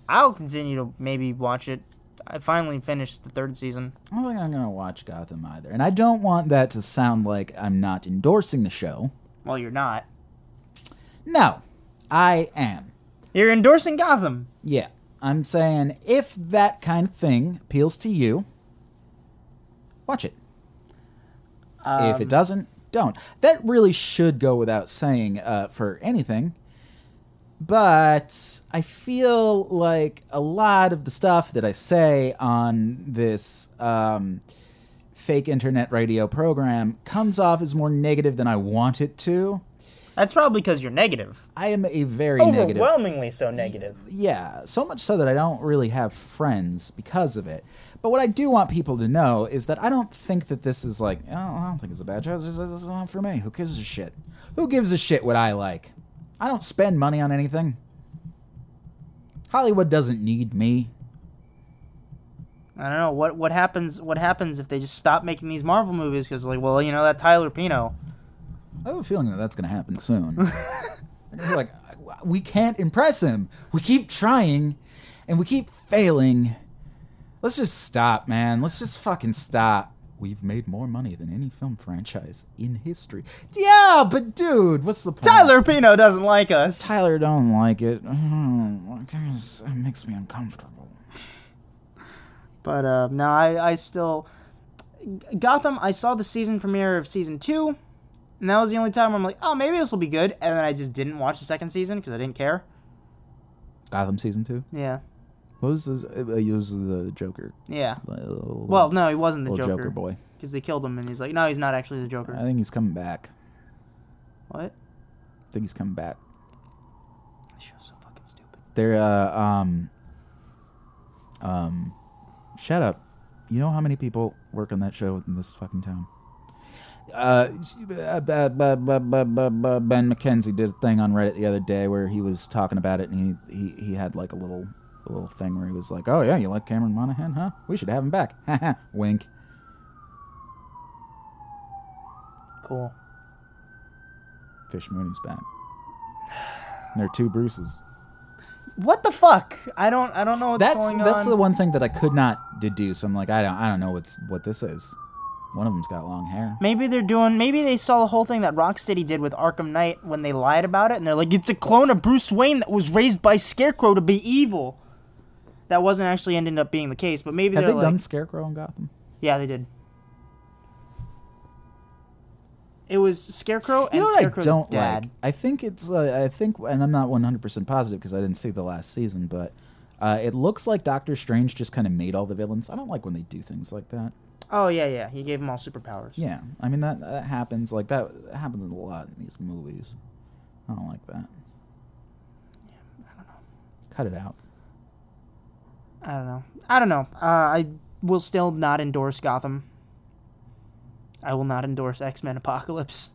Speaker 3: I'll continue to maybe watch it. I finally finished the third season.
Speaker 2: I don't think I'm gonna watch Gotham either. And I don't want that to sound like I'm not endorsing the show.
Speaker 3: Well, you're not.
Speaker 2: No, I am.
Speaker 3: You're endorsing Gotham.
Speaker 2: Yeah. I'm saying if that kind of thing appeals to you, watch it. if it doesn't, don't. That really should go without saying uh, for anything. But I feel like a lot of the stuff that I say on this um, fake internet radio program comes off as more negative than I want it to.
Speaker 3: That's probably because you're negative.
Speaker 2: I am a very
Speaker 3: Oh,
Speaker 2: negative
Speaker 3: Overwhelmingly so negative.
Speaker 2: yeah, so much so that I don't really have friends because of it. But what I do want people to know is that I don't think that this is like, oh, I don't think it's a bad show. This is not for me. Who gives a shit? Who gives a shit what I like? I don't spend money on anything. Hollywood doesn't need me.
Speaker 3: I don't know what what happens. What happens if they just stop making these Marvel movies? Because like, well, you know that Tyler Pino.
Speaker 2: I have a feeling that that's going to happen soon. I feel like we can't impress him. We keep trying, and we keep failing. Let's just stop, man. Let's just fucking stop. We've made more money than any film franchise in history. Yeah, but dude, what's the point?
Speaker 3: Tyler Pino doesn't like us.
Speaker 2: Tyler don't like it. Oh, it makes me uncomfortable.
Speaker 3: But uh, no, I, I still G- Gotham. I saw the season premiere of season two, and that was the only time I'm like, oh, maybe this will be good. And then I just didn't watch the second season because I didn't care.
Speaker 2: Gotham season two.
Speaker 3: Yeah,
Speaker 2: What was this? It was the Joker.
Speaker 3: yeah.
Speaker 2: Little-
Speaker 3: Well, no, he wasn't the
Speaker 2: little
Speaker 3: Joker.
Speaker 2: Joker. boy.
Speaker 3: because they killed him, and he's like, no, he's not actually the Joker.
Speaker 2: I think he's coming back.
Speaker 3: what?
Speaker 2: I think he's coming back.
Speaker 3: This show's so fucking stupid.
Speaker 2: They're uh, um um shut up. You know how many people work on that show in this fucking town? Uh, uh, b- b- b- b- b- b- Ben McKenzie did a thing on Reddit the other day where he was talking about it, and he, he, he had like a little a little thing where he was like, "Oh yeah, you like Cameron Monaghan, huh? We should have him back." Wink.
Speaker 3: Cool.
Speaker 2: Fish Mooney's back. And there are two Bruces.
Speaker 3: What the fuck? I don't. I don't know what's
Speaker 2: that's
Speaker 3: going
Speaker 2: that's
Speaker 3: on.
Speaker 2: the one thing that I could not deduce. I'm like, I don't I don't know what's what this is. One of them's got long hair.
Speaker 3: Maybe they're doing. Maybe they saw the whole thing that Rocksteady did with Arkham Knight when they lied about it, and they're like, "It's a clone of Bruce Wayne that was raised by Scarecrow to be evil." That wasn't actually ended up being the case, but maybe
Speaker 2: Have
Speaker 3: they're
Speaker 2: they
Speaker 3: like,
Speaker 2: done Scarecrow in Gotham?
Speaker 3: "Yeah, they did." It was Scarecrow and
Speaker 2: You know what I
Speaker 3: Scarecrow's
Speaker 2: don't
Speaker 3: dad.
Speaker 2: like. I think it's uh, I think, and I'm not 100 percent positive because I didn't see the last season, but uh, it looks like Doctor Strange just kind of made all the villains. I don't like when they do things like that.
Speaker 3: Oh yeah, yeah. He gave him all superpowers.
Speaker 2: Yeah, I mean that that happens like that happens a lot in these movies. I don't like that. Yeah, I don't know. Cut it out.
Speaker 3: I don't know. I don't know. Uh, I will still not endorse Gotham. I will not endorse X Men Apocalypse.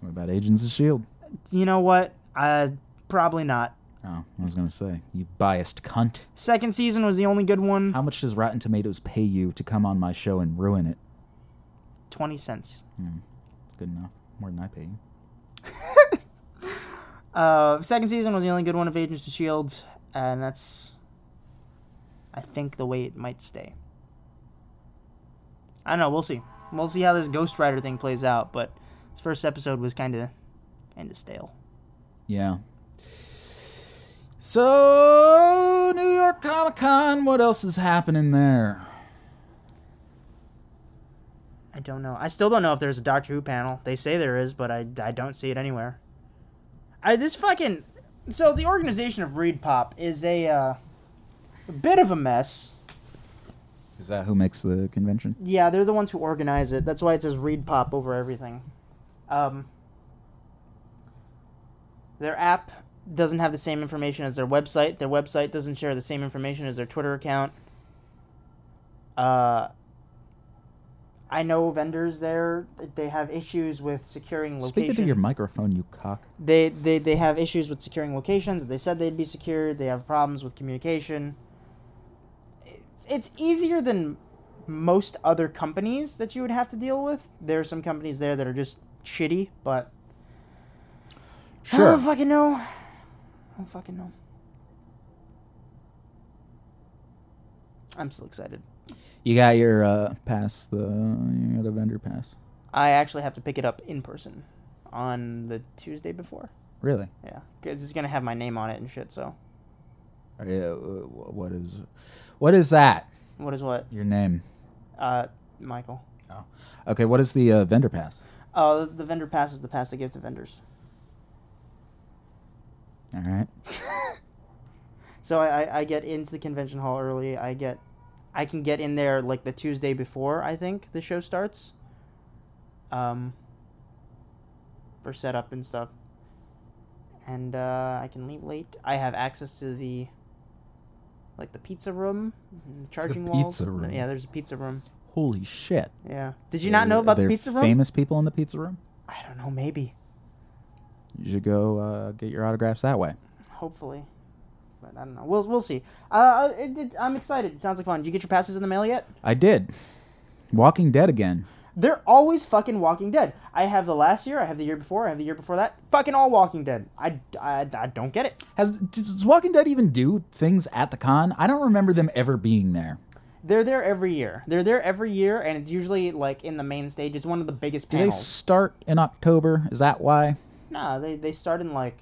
Speaker 2: What about Agents of Shield?
Speaker 3: You know what? Uh, probably not.
Speaker 2: Oh, I was gonna say you biased cunt.
Speaker 3: Second season was the only good one.
Speaker 2: How much does Rotten Tomatoes pay you to come on my show and ruin it?
Speaker 3: Twenty cents.
Speaker 2: It's good enough. More than I pay you.
Speaker 3: Uh, second season was the only good one of Agents of Shield, E and that's, I think, the way it might stay. I don't know. We'll see. We'll see how this Ghost Rider thing plays out. But this first episode was kind of, kind of stale.
Speaker 2: Yeah. So, New York Comic Con, what else is happening there?
Speaker 3: I don't know. I still don't know if there's a Doctor Who panel. They say there is, but I, I don't see it anywhere. I, this fucking so the organization of Reed Pop is a uh, a bit of a mess.
Speaker 2: Is that who makes the convention?
Speaker 3: Yeah, they're the ones who organize it. That's why it says Reed Pop over everything. Um, their app doesn't have the same information as their website. Their website doesn't share the same information as their Twitter account. Uh, I know vendors there. They have issues with securing locations.
Speaker 2: Speaking to your microphone, you cock.
Speaker 3: they, they they have issues with securing locations. that They said they'd be secured. They have problems with communication. It's, it's easier than most other companies that you would have to deal with. There are some companies there that are just shitty, but I
Speaker 2: Sure.
Speaker 3: don't fucking know. I don't fucking know. I'm still excited.
Speaker 2: You got your uh, pass, the you got a vendor pass.
Speaker 3: I actually have to pick it up in person on the Tuesday before.
Speaker 2: Really?
Speaker 3: Yeah, because it's gonna have my name on it and shit. So
Speaker 2: Are you, uh, wh- what is, what is that?
Speaker 3: what is what?
Speaker 2: Your name?
Speaker 3: Uh, Michael.
Speaker 2: Oh. Okay. What is the uh, vendor pass?
Speaker 3: Oh, the vendor pass is the pass they give to vendors.
Speaker 2: All right.
Speaker 3: So I, I, I get into the convention hall early. I get, I can get in there like the Tuesday before I think the show starts. Um. For setup and stuff. And uh, I can leave late. I have access to the, like the pizza room, and the charging walls.
Speaker 2: Mm-hmm. pizza room.
Speaker 3: Yeah, there's a pizza room.
Speaker 2: Holy shit!
Speaker 3: Yeah. Did you not know about the pizza room?
Speaker 2: Famous people in the pizza room.
Speaker 3: I don't know. Maybe.
Speaker 2: You should go uh, get your autographs that way.
Speaker 3: Hopefully. But I don't know. We'll we'll see. Uh, it, it, I'm excited. It sounds like fun. Did you get your passes in the mail yet?
Speaker 2: I did. Walking Dead again.
Speaker 3: They're always fucking Walking Dead. I have the last year. I have the year before. I have the year before that. Fucking all Walking Dead. I, I, I don't get it.
Speaker 2: Has does Walking Dead even do things at the con? I don't remember them ever being there.
Speaker 3: They're there every year. They're there every year, and it's usually like in the main stage. It's one of the biggest
Speaker 2: Do they
Speaker 3: panels.
Speaker 2: start in October? Is that why?
Speaker 3: Nah, they they start in like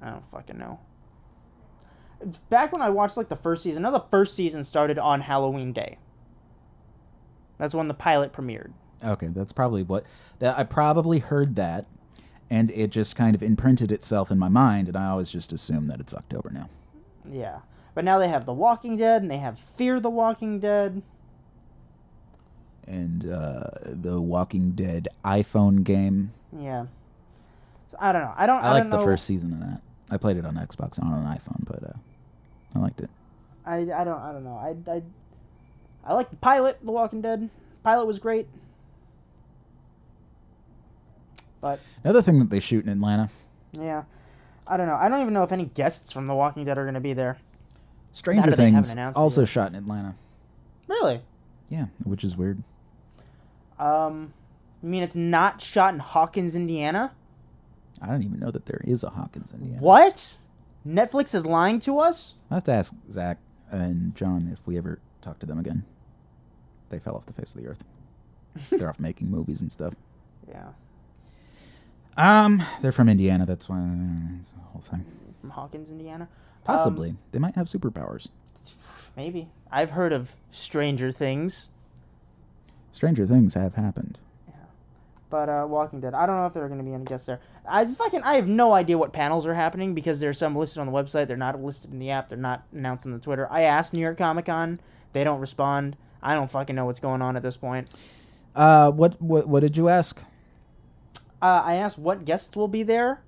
Speaker 3: I don't fucking know. Back when I watched like the first season, I know the first season started on Halloween Day. That's when the pilot premiered.
Speaker 2: Okay, that's probably what that I probably heard that and it just kind of imprinted itself in my mind and I always just assume that it's October now.
Speaker 3: Yeah. But now they have The Walking Dead and they have Fear the Walking Dead.
Speaker 2: And uh, the Walking Dead iPhone game.
Speaker 3: Yeah. So I don't know. I don't
Speaker 2: I,
Speaker 3: I,
Speaker 2: like
Speaker 3: don't
Speaker 2: the
Speaker 3: know.
Speaker 2: first season of that. I played it on Xbox, not on an iPhone, but uh, I liked it.
Speaker 3: I I don't I don't know. I I I like the pilot, The Walking Dead. Pilot was great. But
Speaker 2: Another thing that they shoot in Atlanta,
Speaker 3: Yeah. I don't know. I don't even know if any guests from The Walking Dead are going to be there.
Speaker 2: Stranger
Speaker 3: that they haven't
Speaker 2: Things,
Speaker 3: announced it
Speaker 2: also
Speaker 3: yet.
Speaker 2: shot in Atlanta.
Speaker 3: Really?
Speaker 2: Yeah, which is weird.
Speaker 3: Um, I mean, it's not shot in Hawkins, Indiana.
Speaker 2: I don't even know that there is a Hawkins, Indiana.
Speaker 3: What? Netflix is lying to us?
Speaker 2: I'll have to ask Zach and John if we ever talk to them again. They fell off the face of the earth. They're off making movies and stuff.
Speaker 3: Yeah,
Speaker 2: Um, they're from Indiana. That's why it's the whole thing.
Speaker 3: from Hawkins, Indiana. Um,
Speaker 2: Possibly, they might have superpowers.
Speaker 3: maybe. I've heard of Stranger Things,
Speaker 2: Stranger things have happened.
Speaker 3: but uh, Walking Dead. I don't know if there are going to be any guests there. I fucking I have no idea what panels are happening because there's some listed on the website. They're not listed in the app. They're not announced on the Twitter. I asked New York Comic Con. They don't respond. I don't fucking know what's going on at this point.
Speaker 2: Uh, what what what did you ask?
Speaker 3: Uh, I asked what guests will be there.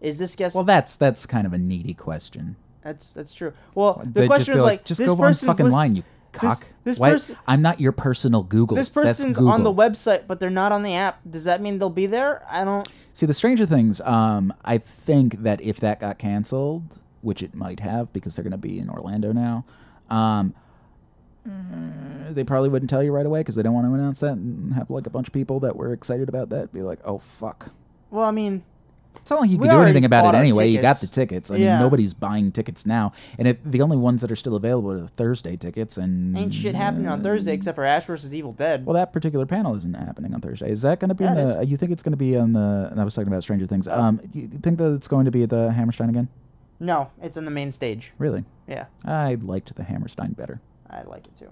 Speaker 3: Is this guest?
Speaker 2: Well, that's that's kind of a needy question.
Speaker 3: that's that's true. Well, the
Speaker 2: They'd
Speaker 3: question
Speaker 2: be
Speaker 3: is like,
Speaker 2: just
Speaker 3: this
Speaker 2: go on
Speaker 3: person's
Speaker 2: fucking
Speaker 3: list-
Speaker 2: line, you cock.
Speaker 3: this
Speaker 2: Why-
Speaker 3: person-
Speaker 2: I'm not your personal Google.
Speaker 3: This
Speaker 2: That's
Speaker 3: person's on the
Speaker 2: Google.
Speaker 3: website, but they're not on the app. Does that mean they'll be there? I don't.
Speaker 2: See, the Stranger Things, um, I think that if that got canceled, which it might have because they're going to be in Orlando now, um, uh, they probably wouldn't tell you right away because they don't want to announce that and have like a bunch of people that were excited about that be like, oh, fuck.
Speaker 3: Well, I mean,
Speaker 2: It's not like you
Speaker 3: We
Speaker 2: can do
Speaker 3: already
Speaker 2: anything about
Speaker 3: bought
Speaker 2: it
Speaker 3: our
Speaker 2: anyway. You got the
Speaker 3: tickets.
Speaker 2: tickets. I
Speaker 3: Yeah.
Speaker 2: mean, nobody's buying tickets now. And if the only ones that are still available are the Thursday tickets and.
Speaker 3: ain't shit happening on Thursday except for Ash versus Evil Dead.
Speaker 2: Well, that particular panel isn't happening on Thursday. Is that going to be?
Speaker 3: Yeah,
Speaker 2: on
Speaker 3: it
Speaker 2: the, You think it's going to be on the? And I was talking about Stranger Things.
Speaker 3: Oh.
Speaker 2: Um, do you think that it's going to be at the Hammerstein again?
Speaker 3: no, it's on the main stage.
Speaker 2: Really?
Speaker 3: Yeah,
Speaker 2: I liked the Hammerstein better.
Speaker 3: I like it too.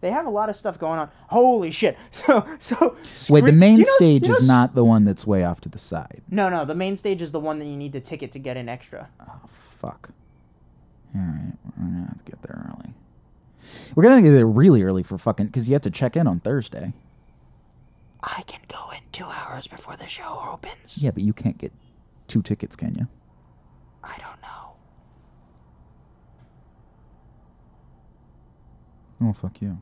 Speaker 3: They have a lot of stuff going on. Holy shit! So so.
Speaker 2: Wait, the
Speaker 3: Scree-
Speaker 2: main
Speaker 3: do you know-
Speaker 2: stage
Speaker 3: do you know
Speaker 2: is not the one that's way off to the side.
Speaker 3: No, no, the main stage is the one that you need the ticket to get in extra.
Speaker 2: Oh, Fuck. All right, we're gonna have to get there early. We're gonna get there really early for fucking because you have to check in on Thursday.
Speaker 3: I can go in two hours before the show opens.
Speaker 2: Yeah, but you can't get two tickets, can you?
Speaker 3: I don't know.
Speaker 2: Oh fuck you.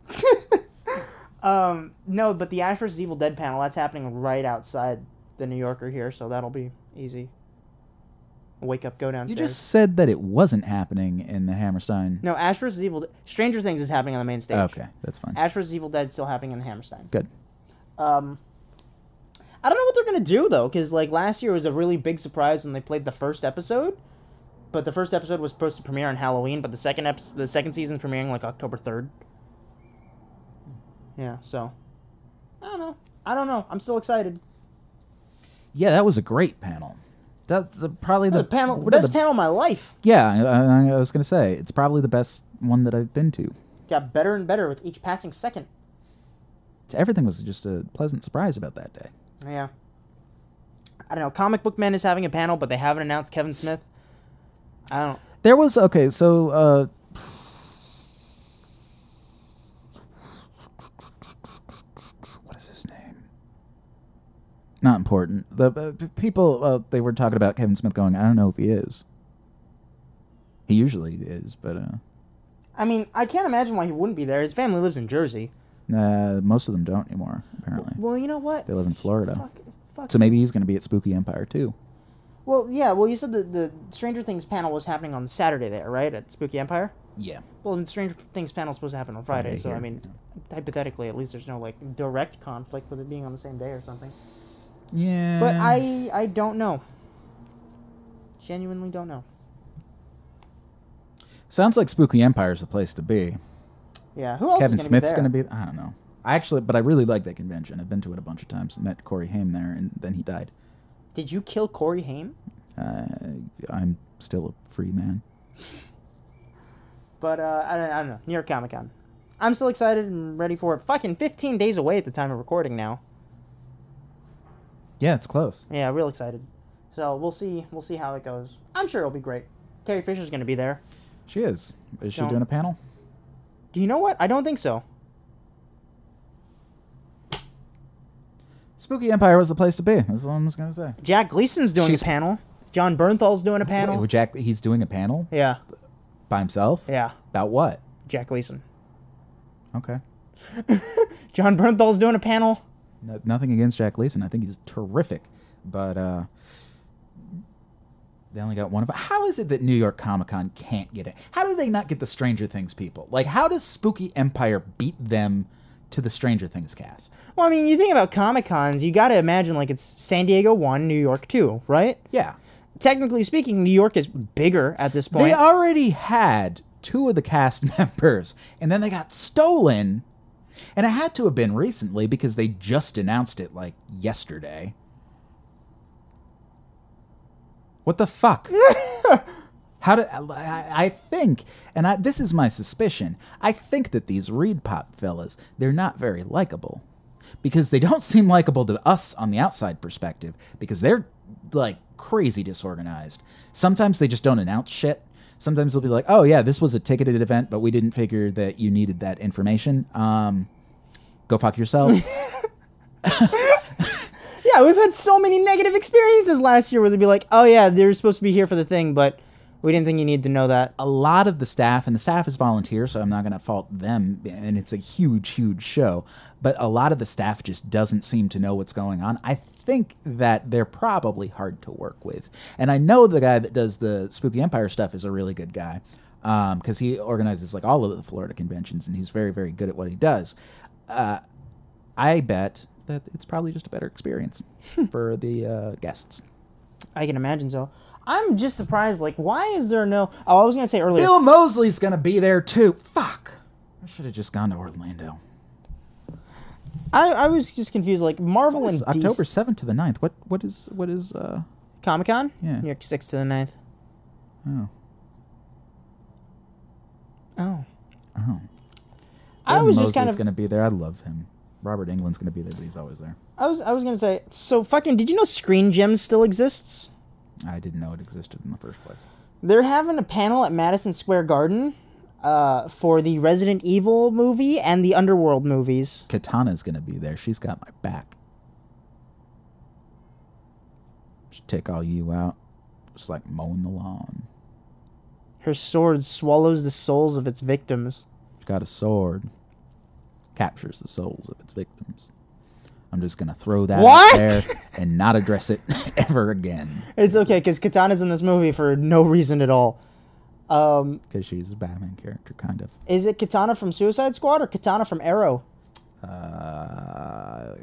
Speaker 3: Um, no, but the Ash vs. Evil Dead panel that's happening right outside the New Yorker here, so that'll be easy. Wake up, go
Speaker 2: You
Speaker 3: downstairs.
Speaker 2: just said that it wasn't happening in the Hammerstein.
Speaker 3: No, Ash vs. Evil. De- Stranger Things is happening on the main stage.
Speaker 2: Okay, that's fine.
Speaker 3: Ash vs. Evil Dead still happening in Hammerstein.
Speaker 2: Good.
Speaker 3: Um, I don't know what they're gonna do though, because like last year was a really big surprise when they played the first episode. But the first episode was supposed to premiere on Halloween, but the second episode, the second season's premiering like October third. Yeah, so I don't know. I don't know. I'm still excited.
Speaker 2: Yeah, that was a great panel. That's uh, probably the
Speaker 3: The panel,
Speaker 2: one of
Speaker 3: best
Speaker 2: the-
Speaker 3: panel of my life.
Speaker 2: Yeah, I, I- I was gonna say it's probably the best one that I've been to.
Speaker 3: Got better and better with each passing second.
Speaker 2: Everything was just a pleasant surprise about that day.
Speaker 3: Yeah. I don't know. Comic Book Man is having a panel, but they haven't announced Kevin Smith. I don't.
Speaker 2: There was okay, so uh what is his name? Not important. The uh, p- people uh, they were talking about Kevin Smith going, I don't know if he is. He usually is, but uh,
Speaker 3: I mean, I can't imagine why he wouldn't be there. His family lives in Jersey.
Speaker 2: uh most of them don't anymore, apparently.
Speaker 3: Well, you know what?
Speaker 2: They live in Florida.
Speaker 3: Fuck, fuck.
Speaker 2: So maybe he's going to be at Spooky Empire too.
Speaker 3: Well, yeah. Well, you said that the Stranger Things panel was happening on Saturday there, right? At Spooky Empire.
Speaker 2: Yeah.
Speaker 3: Well, the Stranger Things panel's supposed to happen on Friday,
Speaker 2: Friday
Speaker 3: so I
Speaker 2: here,
Speaker 3: mean, hypothetically, at least there's no like direct conflict with it being on the same day or something.
Speaker 2: Yeah.
Speaker 3: But
Speaker 2: Mm.
Speaker 3: I, I don't know. Genuinely don't know.
Speaker 2: sounds like Spooky Empire is the place to be.
Speaker 3: Yeah. Who else?
Speaker 2: Kevin
Speaker 3: is
Speaker 2: Smith's
Speaker 3: going
Speaker 2: going to be. I don't know. I actually, but I really like that convention. I've been to it a bunch of times. Met Corey Haim there, and then he died.
Speaker 3: Did you kill Corey Haim?
Speaker 2: Uh, I'm still a free man.
Speaker 3: But uh, I, don't, I don't know. New York Comic Con. I'm still excited and ready for it. Fucking 15 days away at the time of recording now.
Speaker 2: Yeah, it's close.
Speaker 3: Yeah, real excited. So we'll see. We'll see how it goes. I'm sure it'll be great. Carrie Fisher's going to be there.
Speaker 2: She is. Is she
Speaker 3: Don't-
Speaker 2: doing a panel?
Speaker 3: Do you know what? I don't think so.
Speaker 2: Spooky Empire was the place to be. That's all I'm just going to say.
Speaker 3: Jack Gleason's doing
Speaker 2: She's-
Speaker 3: a panel. John Bernthal's doing a panel.
Speaker 2: Wait, Jack, he's doing a panel
Speaker 3: yeah,
Speaker 2: by himself.
Speaker 3: yeah.
Speaker 2: About what?
Speaker 3: Jack Gleason.
Speaker 2: Okay.
Speaker 3: John Bernthal's doing a panel.
Speaker 2: No, nothing against Jack Leeson. I think he's terrific, but uh, they only got one of. How is it that New York Comic Con can't get it? How do they not get the Stranger Things people? Like, how does Spooky Empire beat them to the Stranger Things cast?
Speaker 3: Well, I mean, you think about Comic Cons, you got to imagine like it's San Diego one, New York two, right?
Speaker 2: Yeah,
Speaker 3: Technically speaking, New York is bigger at this point.
Speaker 2: they already had two of the cast members, and then they got stolen. And it had to have been recently because they just announced it like yesterday. What the fuck? How do I, I think? And I, this is my suspicion. I think that these Reed Pop fellas, they're not very likable, because they don't seem likable to us on the outside perspective. Because they're like crazy disorganized. Sometimes they just don't announce shit. Sometimes they'll be like, "Oh yeah, this was a ticketed event, but we didn't figure that you needed that information." Um, go fuck yourself.
Speaker 3: Yeah, we've had so many negative experiences last year where they'd be like, oh, yeah, they were supposed to be here for the thing, but we didn't think you needed to know that.
Speaker 2: a lot of the staff, and the staff is volunteer, so I'm not going to fault them. And it's a huge, huge show. But a lot of the staff just doesn't seem to know what's going on. I think that they're probably hard to work with. And I know the guy that does the Spooky Empire stuff is a really good guy because he organizes like all of the Florida conventions, and he's very, very good at what he does. Uh, I bet that it's probably just a better experience for the uh, guests.
Speaker 3: I can imagine so. I'm just surprised, like, why is there no. Oh, I was going to say earlier.
Speaker 2: Bill Mosley's going to be there too. Fuck. I should have just gone to Orlando.
Speaker 3: I, I was just confused, like, Marvel
Speaker 2: It's
Speaker 3: and
Speaker 2: October seventh to the 9th. What what is what is uh
Speaker 3: Comic Con?
Speaker 2: Yeah.
Speaker 3: New York 6th to the 9th.
Speaker 2: oh
Speaker 3: Oh.
Speaker 2: oh
Speaker 3: I was just
Speaker 2: Mosley's
Speaker 3: kind of
Speaker 2: going to be there. I love him. Robert England's going to be there, but he's always there.
Speaker 3: I was I was gonna say so fucking. Did you know Screen Gems still exists?
Speaker 2: I didn't know it existed in the first place.
Speaker 3: They're having a panel at Madison Square Garden uh, for the Resident Evil movie and the Underworld movies.
Speaker 2: Katana's going to be there. She's got my back. She take all you out. Just like mowing the lawn.
Speaker 3: Her sword swallows the souls of its victims.
Speaker 2: She's got a sword. Captures the souls of its victims. I'm just going to throw that
Speaker 3: What?
Speaker 2: out there and not address it ever again
Speaker 3: It's okay because Katana's in this movie for no reason at all. Um,
Speaker 2: because she's a Batman character, kind of.
Speaker 3: is it Katana from Suicide Squad or Katana from Arrow?
Speaker 2: uh,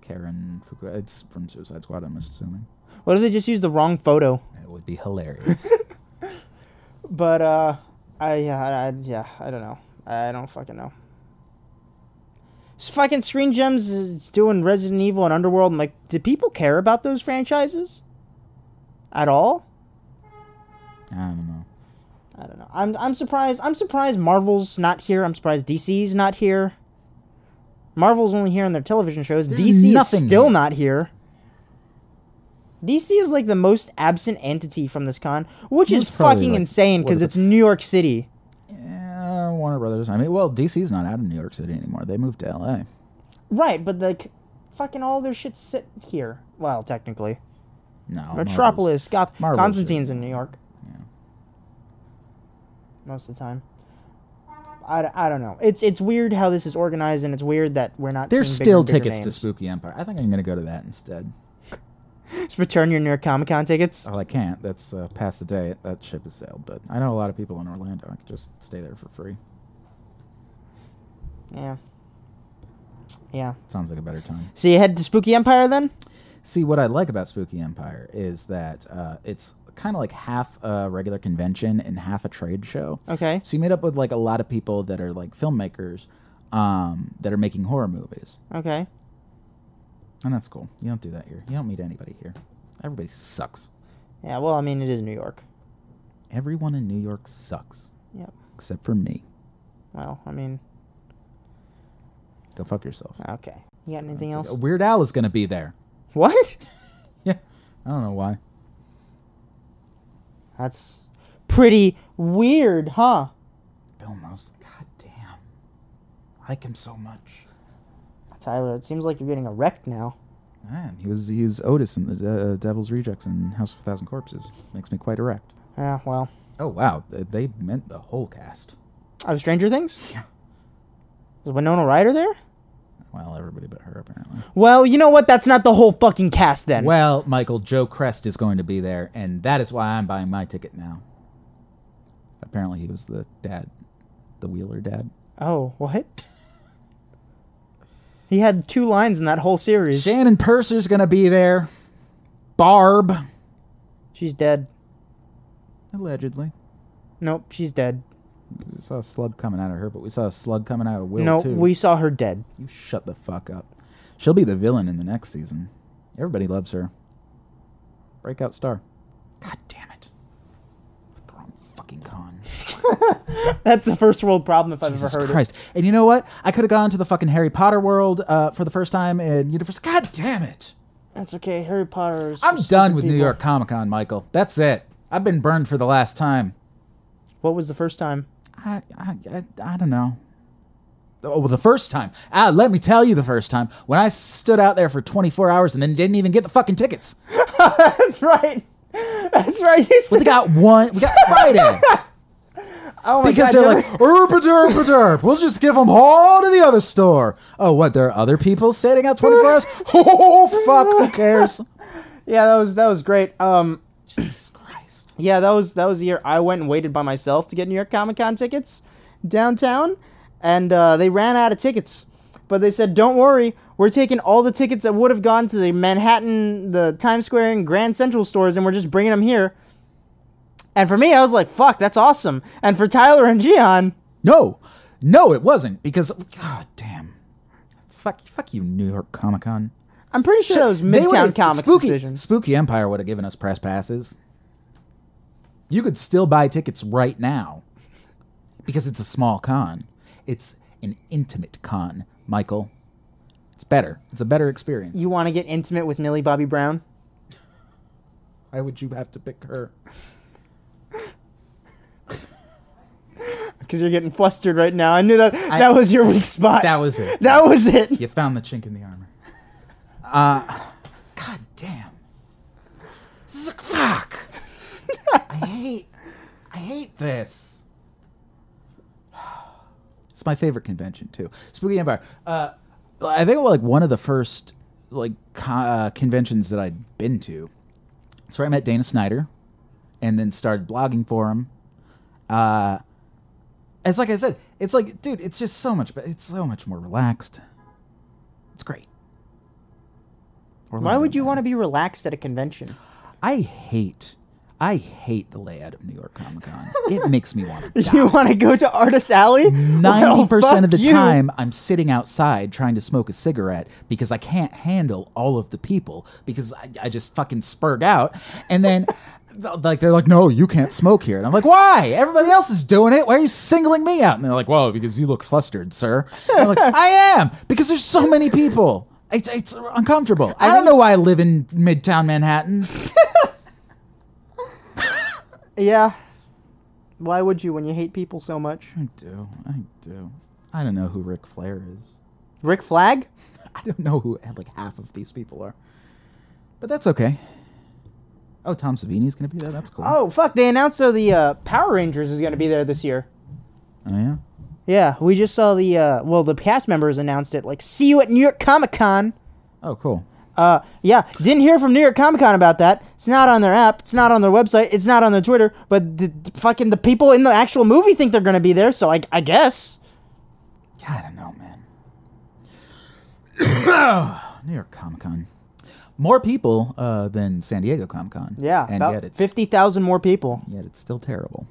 Speaker 2: Karen Fuku. It's from Suicide Squad, I'm assuming.
Speaker 3: What if they just used the wrong photo?
Speaker 2: It would be hilarious.
Speaker 3: But uh, I yeah I, I yeah I don't know. I don't fucking know. S- fucking Screen Gems is doing Resident Evil and Underworld. I'm like, do people care about those franchises at all?
Speaker 2: I don't know.
Speaker 3: I don't know. I'm I'm surprised. I'm surprised Marvel's not here. I'm surprised DC's not here. Marvel's only here on their television shows.
Speaker 2: There's
Speaker 3: DC is
Speaker 2: nothing
Speaker 3: still
Speaker 2: here.
Speaker 3: not here. DC is like the most absent entity from this con, which is
Speaker 2: It's probably,
Speaker 3: fucking
Speaker 2: like,
Speaker 3: insane because
Speaker 2: whatever.
Speaker 3: it's New York City.
Speaker 2: Yeah, Warner Brothers. I mean, well, DC's not out of New York City anymore. They moved to LA.
Speaker 3: Right, but like, fucking all their shit sit here. Well, technically,
Speaker 2: No. Marvel's-
Speaker 3: Metropolis, Goth,
Speaker 2: Marvel's
Speaker 3: Constantine's
Speaker 2: shit.
Speaker 3: in New York
Speaker 2: Yeah.
Speaker 3: most of the time. I, d- I don't know. It's it's weird how this is organized, and it's weird that we're not.
Speaker 2: There's
Speaker 3: seeing bigger
Speaker 2: still
Speaker 3: and bigger
Speaker 2: tickets to
Speaker 3: names.
Speaker 2: Spooky Empire. I think I'm going to go to that instead.
Speaker 3: Just return your New York Comic Con tickets.
Speaker 2: Well, I can't. That's uh, past the day. That ship has sailed. But I know a lot of people in Orlando. I could just stay there for free.
Speaker 3: Yeah. Yeah.
Speaker 2: Sounds like a better time.
Speaker 3: So you head to Spooky Empire then?
Speaker 2: See, what I like about Spooky Empire is that uh, it's kind of like half a regular convention and half a trade show.
Speaker 3: Okay.
Speaker 2: So you meet up with like a lot of people that are like filmmakers um, that are making horror movies,
Speaker 3: Okay.
Speaker 2: and that's cool. You don't do that here. You don't meet anybody here. Everybody sucks.
Speaker 3: Yeah. Well, I mean, it is New York.
Speaker 2: Everyone in New York sucks
Speaker 3: Yep.
Speaker 2: except for me.
Speaker 3: Well, I mean,
Speaker 2: Go fuck yourself.
Speaker 3: okay. You got anything
Speaker 2: It's
Speaker 3: else?
Speaker 2: like, Weird Al is gonna be there.
Speaker 3: What?
Speaker 2: Yeah, I don't know why.
Speaker 3: That's pretty weird, huh?
Speaker 2: Bill Mosley. God damn. I like him so much.
Speaker 3: Tyler, it seems like you're getting a wreck now.
Speaker 2: Man, he was he's Otis in the uh, Devil's Rejects and House of a Thousand Corpses. Makes me quite erect.
Speaker 3: Yeah, well,
Speaker 2: Oh wow, they, they meant the whole cast.
Speaker 3: of Stranger Things?
Speaker 2: Yeah.
Speaker 3: Is Winona Ryder there?
Speaker 2: Well, everybody but her apparently.
Speaker 3: Well, you know what? That's not the whole fucking cast then.
Speaker 2: Well, Michael, Joe Crest is going to be there, and that is why I'm buying my ticket now. Apparently, he was the dad, the Wheeler dad.
Speaker 3: oh, what? He had two lines in that whole series.
Speaker 2: Shannon Purser's going to be there. Barb,
Speaker 3: She's dead.
Speaker 2: allegedly.
Speaker 3: Nope, she's dead.
Speaker 2: We saw a slug coming out of her, but we saw a slug coming out of Will
Speaker 3: no,
Speaker 2: too.
Speaker 3: we saw her dead.
Speaker 2: You shut the fuck up. She'll be the villain in the next season. Everybody loves her. Breakout star. God damn it. Put the wrong fucking con.
Speaker 3: That's a first world problem if I've
Speaker 2: Jesus
Speaker 3: ever heard
Speaker 2: Christ. And you know what? I could have gone to the fucking Harry Potter world uh, for the first time in Universal. God damn it.
Speaker 3: it. That's okay. Harry Potter is.
Speaker 2: I'm
Speaker 3: for
Speaker 2: done
Speaker 3: stupid
Speaker 2: with New
Speaker 3: people.
Speaker 2: York Comic Con, Michael. That's it. I've been burned for the last time.
Speaker 3: What was the first time?
Speaker 2: I, I, I, I don't know. Oh, well, the first time. Ah, let me tell you the first time. When I stood out there for 24 hours and then didn't even get the fucking tickets.
Speaker 3: That's right. That's right. You
Speaker 2: We
Speaker 3: said.
Speaker 2: got one. We got Friday.
Speaker 3: Oh my
Speaker 2: Because
Speaker 3: god.
Speaker 2: they're
Speaker 3: never-
Speaker 2: like, erpa derp derp. We'll just give them all to the other store. Oh, what? There are other people standing out 24 hours? Oh, fuck. Who cares?
Speaker 3: yeah, that was that was great. Um,
Speaker 2: Jesus Christ.
Speaker 3: Yeah, that was that was the year I went and waited by myself to get New York Comic Con tickets downtown, and uh, they ran out of tickets. But they said, "Don't worry, we're taking all the tickets that would have gone to the Manhattan, the Times Square, and Grand Central stores, and we're just bringing them here." And for me, I was like, "Fuck, that's awesome!" And for Tyler and Gian,
Speaker 2: No. No, it wasn't. Because, god damn. Fuck, fuck you, New York Comic Con.
Speaker 3: I'm pretty sure that was
Speaker 2: They would've-
Speaker 3: Midtown Comics
Speaker 2: Spooky,
Speaker 3: decision.
Speaker 2: Spooky Empire would have given us press passes. You could still buy tickets right now because it's a small con. It's an intimate con, Michael. It's better. It's a better experience.
Speaker 3: You want to get intimate with Millie Bobby Brown?
Speaker 2: Why would you have to pick her?
Speaker 3: Because you're getting flustered right now. I knew that that was your weak spot.
Speaker 2: That was it.
Speaker 3: That was it.
Speaker 2: You found the chink in the armor. Uh, God damn. This is fuck. I hate. I hate this. It's my favorite convention too. Spooky Empire. Uh, I think like one of the first like co- uh, conventions that I'd been to. That's where I met Dana Snyder, and then started blogging for him. Uh, it's like I said, it's like, dude, it's just so much, but it's so much more relaxed. It's great.
Speaker 3: Why would you want to be relaxed at a convention?
Speaker 2: I hate, I hate the layout of New York Comic Con. it makes me want to
Speaker 3: You
Speaker 2: die.
Speaker 3: want to go to Artist Alley?
Speaker 2: Ninety
Speaker 3: Well,
Speaker 2: percent of the
Speaker 3: fuck you.
Speaker 2: time, I'm sitting outside trying to smoke a cigarette because I can't handle all of the people because I, I just fucking spurg out, and then. Like they're like, no, you can't smoke here, and I'm like, why? Everybody else is doing it. Why are you singling me out? And they're like, well, because you look flustered, sir. And I'm like, I am because there's so many people. It's it's uncomfortable. I don't know why I live in Midtown Manhattan.
Speaker 3: Yeah. Why would you when you hate people so much?
Speaker 2: I do. I do. I don't know who Ric Flair is.
Speaker 3: Rick Flag?
Speaker 2: I don't know who like half of these people are. But that's okay. Oh, Tom Savini's gonna be there. That's cool.
Speaker 3: Oh fuck! They announced though the uh, Power Rangers is going to be there this year.
Speaker 2: Oh, yeah.
Speaker 3: Yeah, we just saw the uh, well, the cast members announced it. Like, see you at New York Comic Con.
Speaker 2: Oh, cool.
Speaker 3: Uh, yeah, didn't hear from New York Comic Con about that. It's not on their app. It's not on their website. It's not on their Twitter. But the, the fucking the people in the actual movie think they're going to be there. So I, I guess.
Speaker 2: Yeah, I don't know, man. New York Comic Con. More people uh, than San Diego Comic Con.
Speaker 3: Yeah,
Speaker 2: and yet
Speaker 3: about
Speaker 2: it's
Speaker 3: fifty thousand more people.
Speaker 2: yet it's still terrible.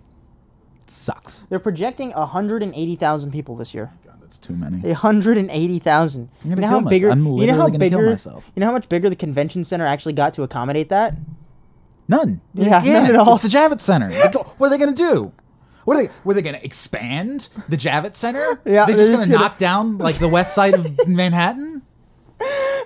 Speaker 2: It sucks.
Speaker 3: They're projecting hundred and eighty thousand people this year.
Speaker 2: God, that's too many.
Speaker 3: A hundred and eighty thousand. You
Speaker 2: gonna
Speaker 3: know how
Speaker 2: kill myself.
Speaker 3: bigger?
Speaker 2: I'm
Speaker 3: you know
Speaker 2: literally
Speaker 3: how
Speaker 2: gonna kill
Speaker 3: bigger?
Speaker 2: myself.
Speaker 3: You know how much bigger the convention center actually got to accommodate that?
Speaker 2: None.
Speaker 3: Yeah, none at all.
Speaker 2: It's the Javits Center. Like, what are they going to do? What are they? Were they going to expand the Javits Center?
Speaker 3: Yeah,
Speaker 2: they're just
Speaker 3: they're
Speaker 2: going
Speaker 3: just
Speaker 2: to
Speaker 3: gonna-
Speaker 2: knock down like the west side of Manhattan.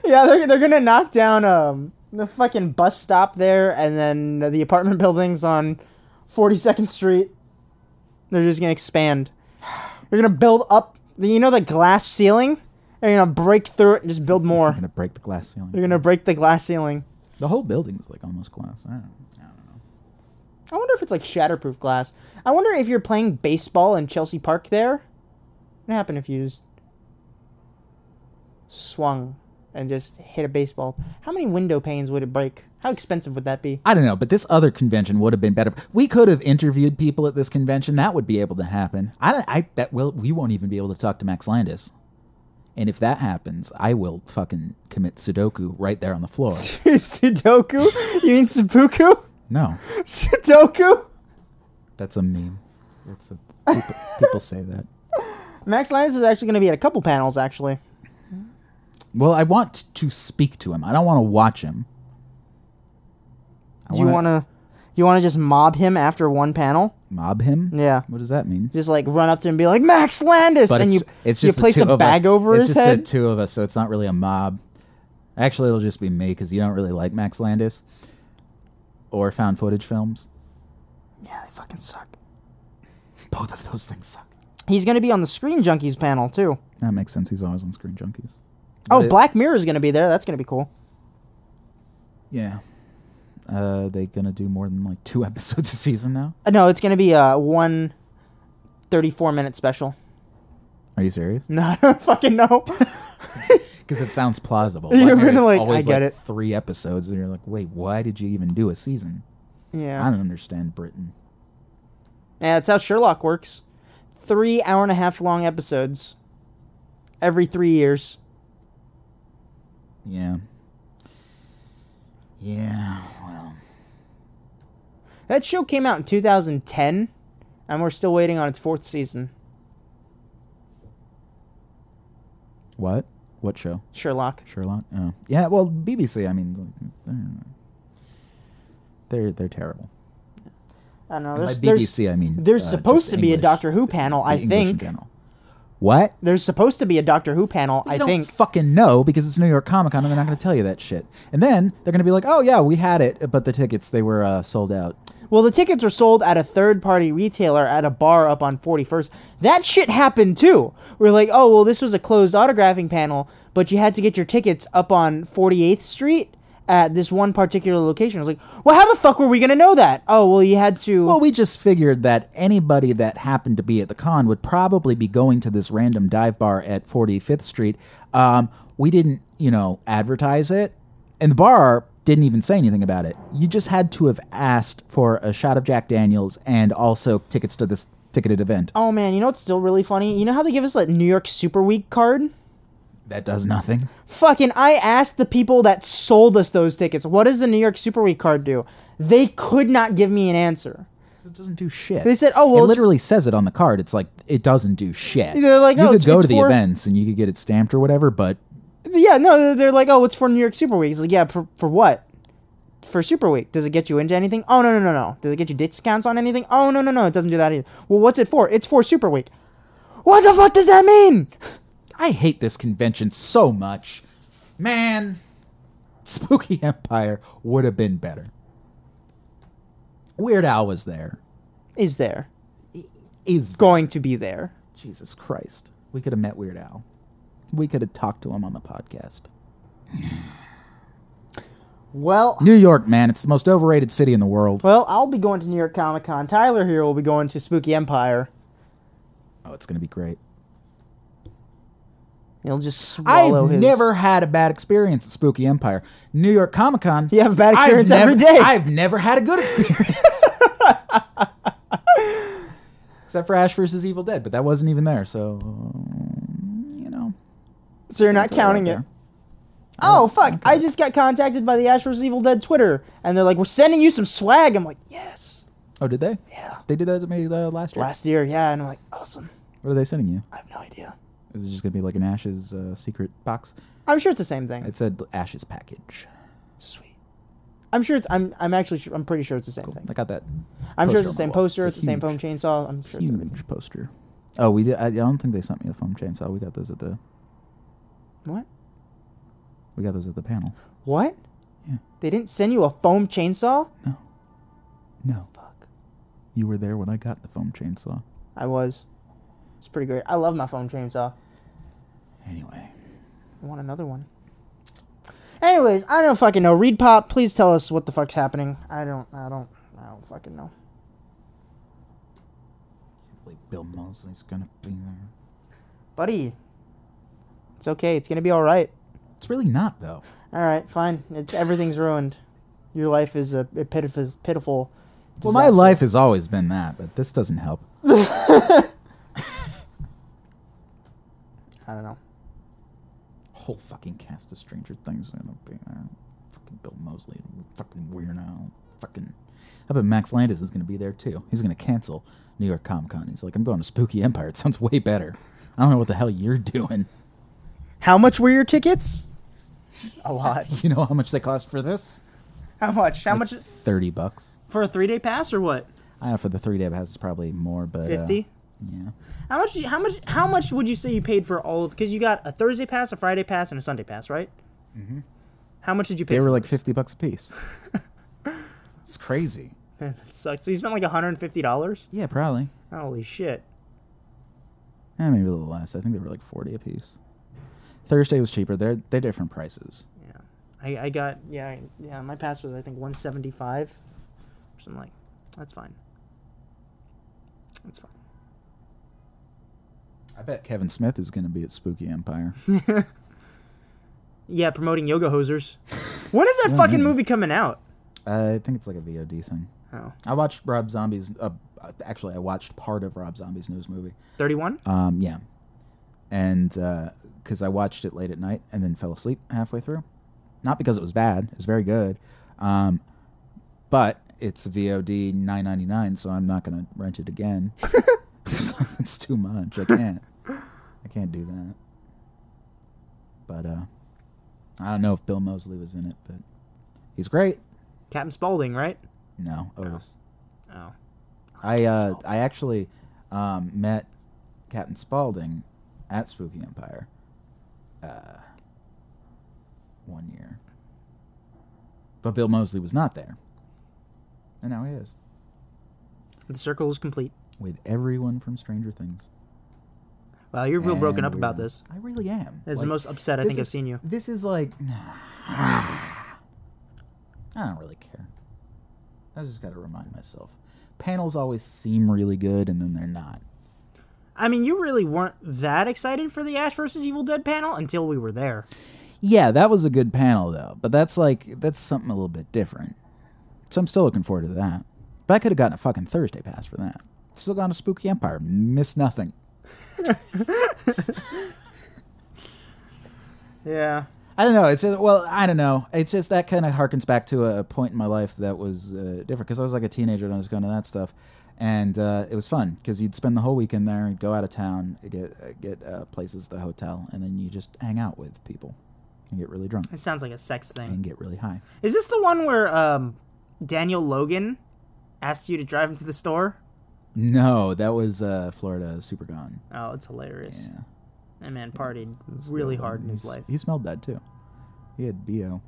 Speaker 3: Yeah, they're they're gonna knock down um the fucking bus stop there, and then the apartment buildings on Forty Second Street. They're just gonna expand. They're gonna build up. The, you know the glass ceiling. They're gonna break through it and just build more.
Speaker 2: They're going to break the glass ceiling.
Speaker 3: They're gonna break the glass ceiling.
Speaker 2: The whole building's like almost glass. I don't, I don't know.
Speaker 3: I wonder if it's like shatterproof glass. I wonder if you're playing baseball in Chelsea Park there. What happened if you just swung and just hit a baseball? How many window panes would it break? How expensive would that be?
Speaker 2: I don't know, but this other convention would have been better. We could have interviewed people at this convention. That would be able to happen. I don't. I bet will we won't even be able to talk to Max Landis. And if that happens, I will fucking commit Sudoku right there on the floor.
Speaker 3: Sudoku? You mean Seppuku?
Speaker 2: No.
Speaker 3: Sudoku?
Speaker 2: That's a meme. That's a people, people say that.
Speaker 3: Max Linus is actually going to be at a couple panels, actually.
Speaker 2: Well, I want to speak to him. I don't want to watch him. I
Speaker 3: Do you want to. You want to just mob him after one panel?
Speaker 2: mob him?
Speaker 3: Yeah.
Speaker 2: What does that mean?
Speaker 3: Just like run up to him and be like, Max Landis!
Speaker 2: But
Speaker 3: and
Speaker 2: it's,
Speaker 3: you,
Speaker 2: it's just the
Speaker 3: you place
Speaker 2: two
Speaker 3: a
Speaker 2: of
Speaker 3: bag
Speaker 2: us.
Speaker 3: over
Speaker 2: it's
Speaker 3: his
Speaker 2: just
Speaker 3: head.
Speaker 2: the two of us, so it's not really a mob. Actually, it'll just be me because you don't really like Max Landis or found footage films.
Speaker 3: yeah, they fucking suck.
Speaker 2: Both of those things suck.
Speaker 3: He's going to be on the Screen Junkies panel, too.
Speaker 2: That makes sense. He's always on Screen Junkies.
Speaker 3: Oh,
Speaker 2: But it-
Speaker 3: Black Mirror is going to be there. That's going to be cool.
Speaker 2: Yeah. Uh, they gonna do more than like two episodes a season now?
Speaker 3: Uh, No, it's going to be a one 34 minute special.
Speaker 2: Are you serious?
Speaker 3: No, I don't fucking know.
Speaker 2: Because it sounds plausible.
Speaker 3: You're
Speaker 2: Black Mirror,
Speaker 3: gonna
Speaker 2: it's
Speaker 3: like,
Speaker 2: always
Speaker 3: I get
Speaker 2: like
Speaker 3: it.
Speaker 2: Three episodes, and you're like, wait, why did you even do a season? I
Speaker 3: yeah.
Speaker 2: don't understand Britain.
Speaker 3: yeah. That's how Sherlock works. Three hour and a half long episodes every three years.
Speaker 2: Yeah. Yeah. Well.
Speaker 3: That show came out in 2010, and we're still waiting on its fourth season.
Speaker 2: What? What show?
Speaker 3: Sherlock.
Speaker 2: Sherlock? Oh, yeah. Well, BBC. I mean, like, uh, they're they're terrible.
Speaker 3: I don't know.
Speaker 2: And
Speaker 3: There's,
Speaker 2: By BBC, I mean
Speaker 3: there's, there's
Speaker 2: uh,
Speaker 3: supposed
Speaker 2: just
Speaker 3: to be a
Speaker 2: English-
Speaker 3: Doctor Who panel,
Speaker 2: the
Speaker 3: I
Speaker 2: English in
Speaker 3: think.
Speaker 2: general. What?
Speaker 3: There's supposed to be a Doctor Who panel,
Speaker 2: You
Speaker 3: I
Speaker 2: don't
Speaker 3: think.
Speaker 2: fucking know because it's New York Comic Con and they're not going to tell you that shit. And then they're going to be like, "Oh yeah, we had it, but the tickets they were uh, sold out."
Speaker 3: well, the tickets are sold at a third party retailer at a bar up on 41st. That shit happened too. We're like, oh, well, this was a closed autographing panel, but you had to get your tickets up on 48th Street at this one particular location. I was like, well, how the fuck were we going to know that? Oh, well, you had to.
Speaker 2: Well, we just figured that anybody that happened to be at the con would probably be going to this random dive bar at 45th Street. Um, we didn't, you know, advertise it, and the bar didn't even say anything about it. You just had to have asked for a shot of Jack Daniels and also tickets to this ticketed event.
Speaker 3: oh, man, you know what's still really funny? You know how they give us that New York Super Week card?
Speaker 2: That does nothing.
Speaker 3: Fucking, I asked the people that sold us those tickets, what does the New York Super Week card do? They could not give me an answer.
Speaker 2: It doesn't do shit.
Speaker 3: They said, "Oh, well,
Speaker 2: it
Speaker 3: it's-
Speaker 2: literally says it on the card. It's like it doesn't do shit.
Speaker 3: They're like,
Speaker 2: you
Speaker 3: "Oh,
Speaker 2: could
Speaker 3: it's-
Speaker 2: go
Speaker 3: it's
Speaker 2: to the
Speaker 3: for-
Speaker 2: events and you could get it stamped or whatever, but
Speaker 3: Yeah, no, they're- they're like, oh, it's for New York Super Week. It's like, yeah, for, for what? For Super Week. Does it get you into anything? Oh, no, no, no, no. Does it get you discounts on anything? Oh, no, no, no. It doesn't do that either. Well, what's it for? It's for Super Week. What the fuck does that mean?
Speaker 2: I hate this convention so much. Man, Spooky Empire would have been better. Weird Al was there.
Speaker 3: Is there
Speaker 2: Is
Speaker 3: going to be there?
Speaker 2: Jesus Christ. We could have met Weird Al. We could have talked to him on the podcast.
Speaker 3: Well,
Speaker 2: New York, man, it's the most overrated city in the world.
Speaker 3: well, I'll be going to New York Comic Con. Tyler here will be going to Spooky Empire.
Speaker 2: Oh, it's going to be great.
Speaker 3: He'll just swallow
Speaker 2: I've
Speaker 3: his.
Speaker 2: never had a bad experience at Spooky Empire. New York Comic Con.
Speaker 3: You have a bad experience
Speaker 2: I've
Speaker 3: every
Speaker 2: never-
Speaker 3: day.
Speaker 2: I've never had a good experience. Except for Ash versus Evil Dead, but that wasn't even there, so um, you know.
Speaker 3: So you're not
Speaker 2: throw that
Speaker 3: counting
Speaker 2: out
Speaker 3: it.
Speaker 2: there.
Speaker 3: Oh fuck! I just got contacted by the Ash vs Evil Dead Twitter, and they're like, "We're sending you some swag." I'm like, "Yes."
Speaker 2: Oh, did they?
Speaker 3: Yeah.
Speaker 2: They did that to me uh, last year.
Speaker 3: Last year, yeah, and I'm like, "Awesome."
Speaker 2: What are they sending you?
Speaker 3: I have no idea.
Speaker 2: Is it just gonna be like an Ash's uh, secret box?
Speaker 3: I'm sure it's the same thing.
Speaker 2: It said Ash's package.
Speaker 3: Sweet. I'm sure it's. I'm. I'm actually. Sure, I'm pretty sure it's the same thing.
Speaker 2: I got that.
Speaker 3: I'm sure
Speaker 2: poster
Speaker 3: it's the
Speaker 2: on my
Speaker 3: same
Speaker 2: wall.
Speaker 3: poster.
Speaker 2: It's
Speaker 3: It's,
Speaker 2: a
Speaker 3: the same foam
Speaker 2: huge-
Speaker 3: chainsaw. I'm sure. It's everything.
Speaker 2: Huge poster. Oh, we did. I, I don't think they sent me a foam chainsaw. We got those at the.
Speaker 3: What?
Speaker 2: We got those at the panel.
Speaker 3: What?
Speaker 2: Yeah.
Speaker 3: They didn't send you a foam chainsaw?
Speaker 2: No. No.
Speaker 3: Fuck.
Speaker 2: You were there when I got the foam chainsaw.
Speaker 3: I was. It's pretty great. I love my foam chainsaw.
Speaker 2: Anyway.
Speaker 3: I want another one. Anyways, I don't fucking know. Reed Pop, please tell us what the fuck's happening. I don't. I don't. I don't fucking know.
Speaker 2: Wait, Bill Mosley's gonna be there.
Speaker 3: Buddy. It's okay. It's going to be all right.
Speaker 2: It's really not though.
Speaker 3: All right, fine. It's everything's ruined. Your life is a, a pitiful, pitiful.
Speaker 2: Well, my
Speaker 3: disaster.
Speaker 2: life has always been that, but this doesn't help.
Speaker 3: I don't know.
Speaker 2: Whole fucking cast of Stranger Things are gonna be there. Fucking Bill Mosley, and fucking weirdo, fucking. I bet Max Landis is gonna be there too. He's gonna cancel New York Comic Con. He's like, I'm going to Spooky Empire. It sounds way better. I don't know what the hell you're doing.
Speaker 3: How much were your tickets? A lot.
Speaker 2: You know how much they cost for this?
Speaker 3: How much? How much
Speaker 2: Thirty bucks.
Speaker 3: for a three day pass or what?
Speaker 2: I know for the three day pass it's probably more, but uh,
Speaker 3: Fifty.
Speaker 2: yeah.
Speaker 3: How much? How much? How much would you say you paid for all of? Because you got a Thursday pass, a Friday pass, and a Sunday pass, right? Mm-hmm. How much did you pay?
Speaker 2: They
Speaker 3: for
Speaker 2: were like fifty bucks a piece. it's crazy.
Speaker 3: Man, that sucks. So you spent like one hundred and fifty dollars.
Speaker 2: Yeah, probably.
Speaker 3: Holy shit!
Speaker 2: Eh, maybe a little less. I think they were like forty a piece. Thursday was cheaper. They're they're different prices.
Speaker 3: Yeah, I, I got yeah I- yeah. My pass was I think one seventy five. So I'm like, that's fine. That's fine.
Speaker 2: I bet Kevin Smith is going to be at Spooky Empire.
Speaker 3: Yeah, promoting yoga hosers. when is that fucking movie coming out?
Speaker 2: Uh, I think it's like a VOD thing.
Speaker 3: Oh,
Speaker 2: I watched Rob Zombie's. Uh, uh, actually, I watched part of Rob Zombie's news movie.
Speaker 3: 31?
Speaker 2: Um, yeah, and because I watched it late at night and then fell asleep halfway through, not because it was bad. It was very good, um, but it's VOD nine ninety nine, so I'm not going to rent it again. it's too much. I can't. I can't do that. But uh, I don't know if Bill Mosley was in it, but he's great.
Speaker 3: Captain Spaulding, right?
Speaker 2: No, Otis.
Speaker 3: Oh.
Speaker 2: I uh, I actually um, met Captain Spaulding at Spooky Empire. Uh, one year, but Bill Mosley was not there, and now he is
Speaker 3: The circle is complete.
Speaker 2: with everyone from Stranger Things.
Speaker 3: Wow, you're real broken
Speaker 2: And
Speaker 3: up about
Speaker 2: Weird
Speaker 3: this.
Speaker 2: Al. I really am.
Speaker 3: That's the
Speaker 2: Like,
Speaker 3: most upset I
Speaker 2: this
Speaker 3: think I've
Speaker 2: is-
Speaker 3: seen you.
Speaker 2: This is like, I don't really care. I just got to remind myself. Panels always seem really good, and then they're not.
Speaker 3: I mean, you really weren't that excited for the Ash versus Evil Dead panel until we were there.
Speaker 2: Yeah, that was a good panel though, but that's like that's something a little bit different. So I'm still looking forward to that. But I could have gotten a fucking Thursday pass for that. Still gone to Spooky Empire, miss nothing.
Speaker 3: Yeah.
Speaker 2: I don't know. It's just, well, I don't know. It's just that kind of harkens back to a point in my life that was uh, different because I was like a teenager and I was going to that stuff, and uh, it was fun because you'd spend the whole weekend there and go out of town, get uh, get uh, places, at the hotel, and then you just hang out with people and get really drunk
Speaker 3: It sounds like a sex thing.
Speaker 2: and get really high.
Speaker 3: Is this the one where um, Daniel Logan asked you to drive him to the store?
Speaker 2: No, that was uh, Florida Super Gone.
Speaker 3: Oh, it's hilarious.
Speaker 2: Yeah.
Speaker 3: That man partied really hard in his
Speaker 2: He s-
Speaker 3: life.
Speaker 2: He smelled bad too. He had bo.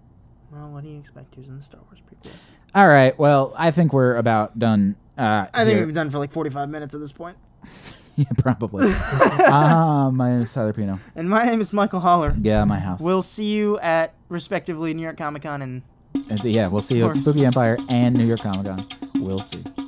Speaker 3: Well, what do you expect? He was in the Star Wars prequel.
Speaker 2: All right. Well, I think we're about done. Uh,
Speaker 3: I think
Speaker 2: here.
Speaker 3: we've been done for like 45 minutes at this point.
Speaker 2: yeah, probably. Ah, my name is Tyler Pino.
Speaker 3: And my name is Michael Holler.
Speaker 2: Yeah, my house.
Speaker 3: We'll see you at, respectively, New York Comic Con and
Speaker 2: Uh, yeah, we'll see you at
Speaker 3: course.
Speaker 2: Spooky Empire and New York Comic Con. We'll see.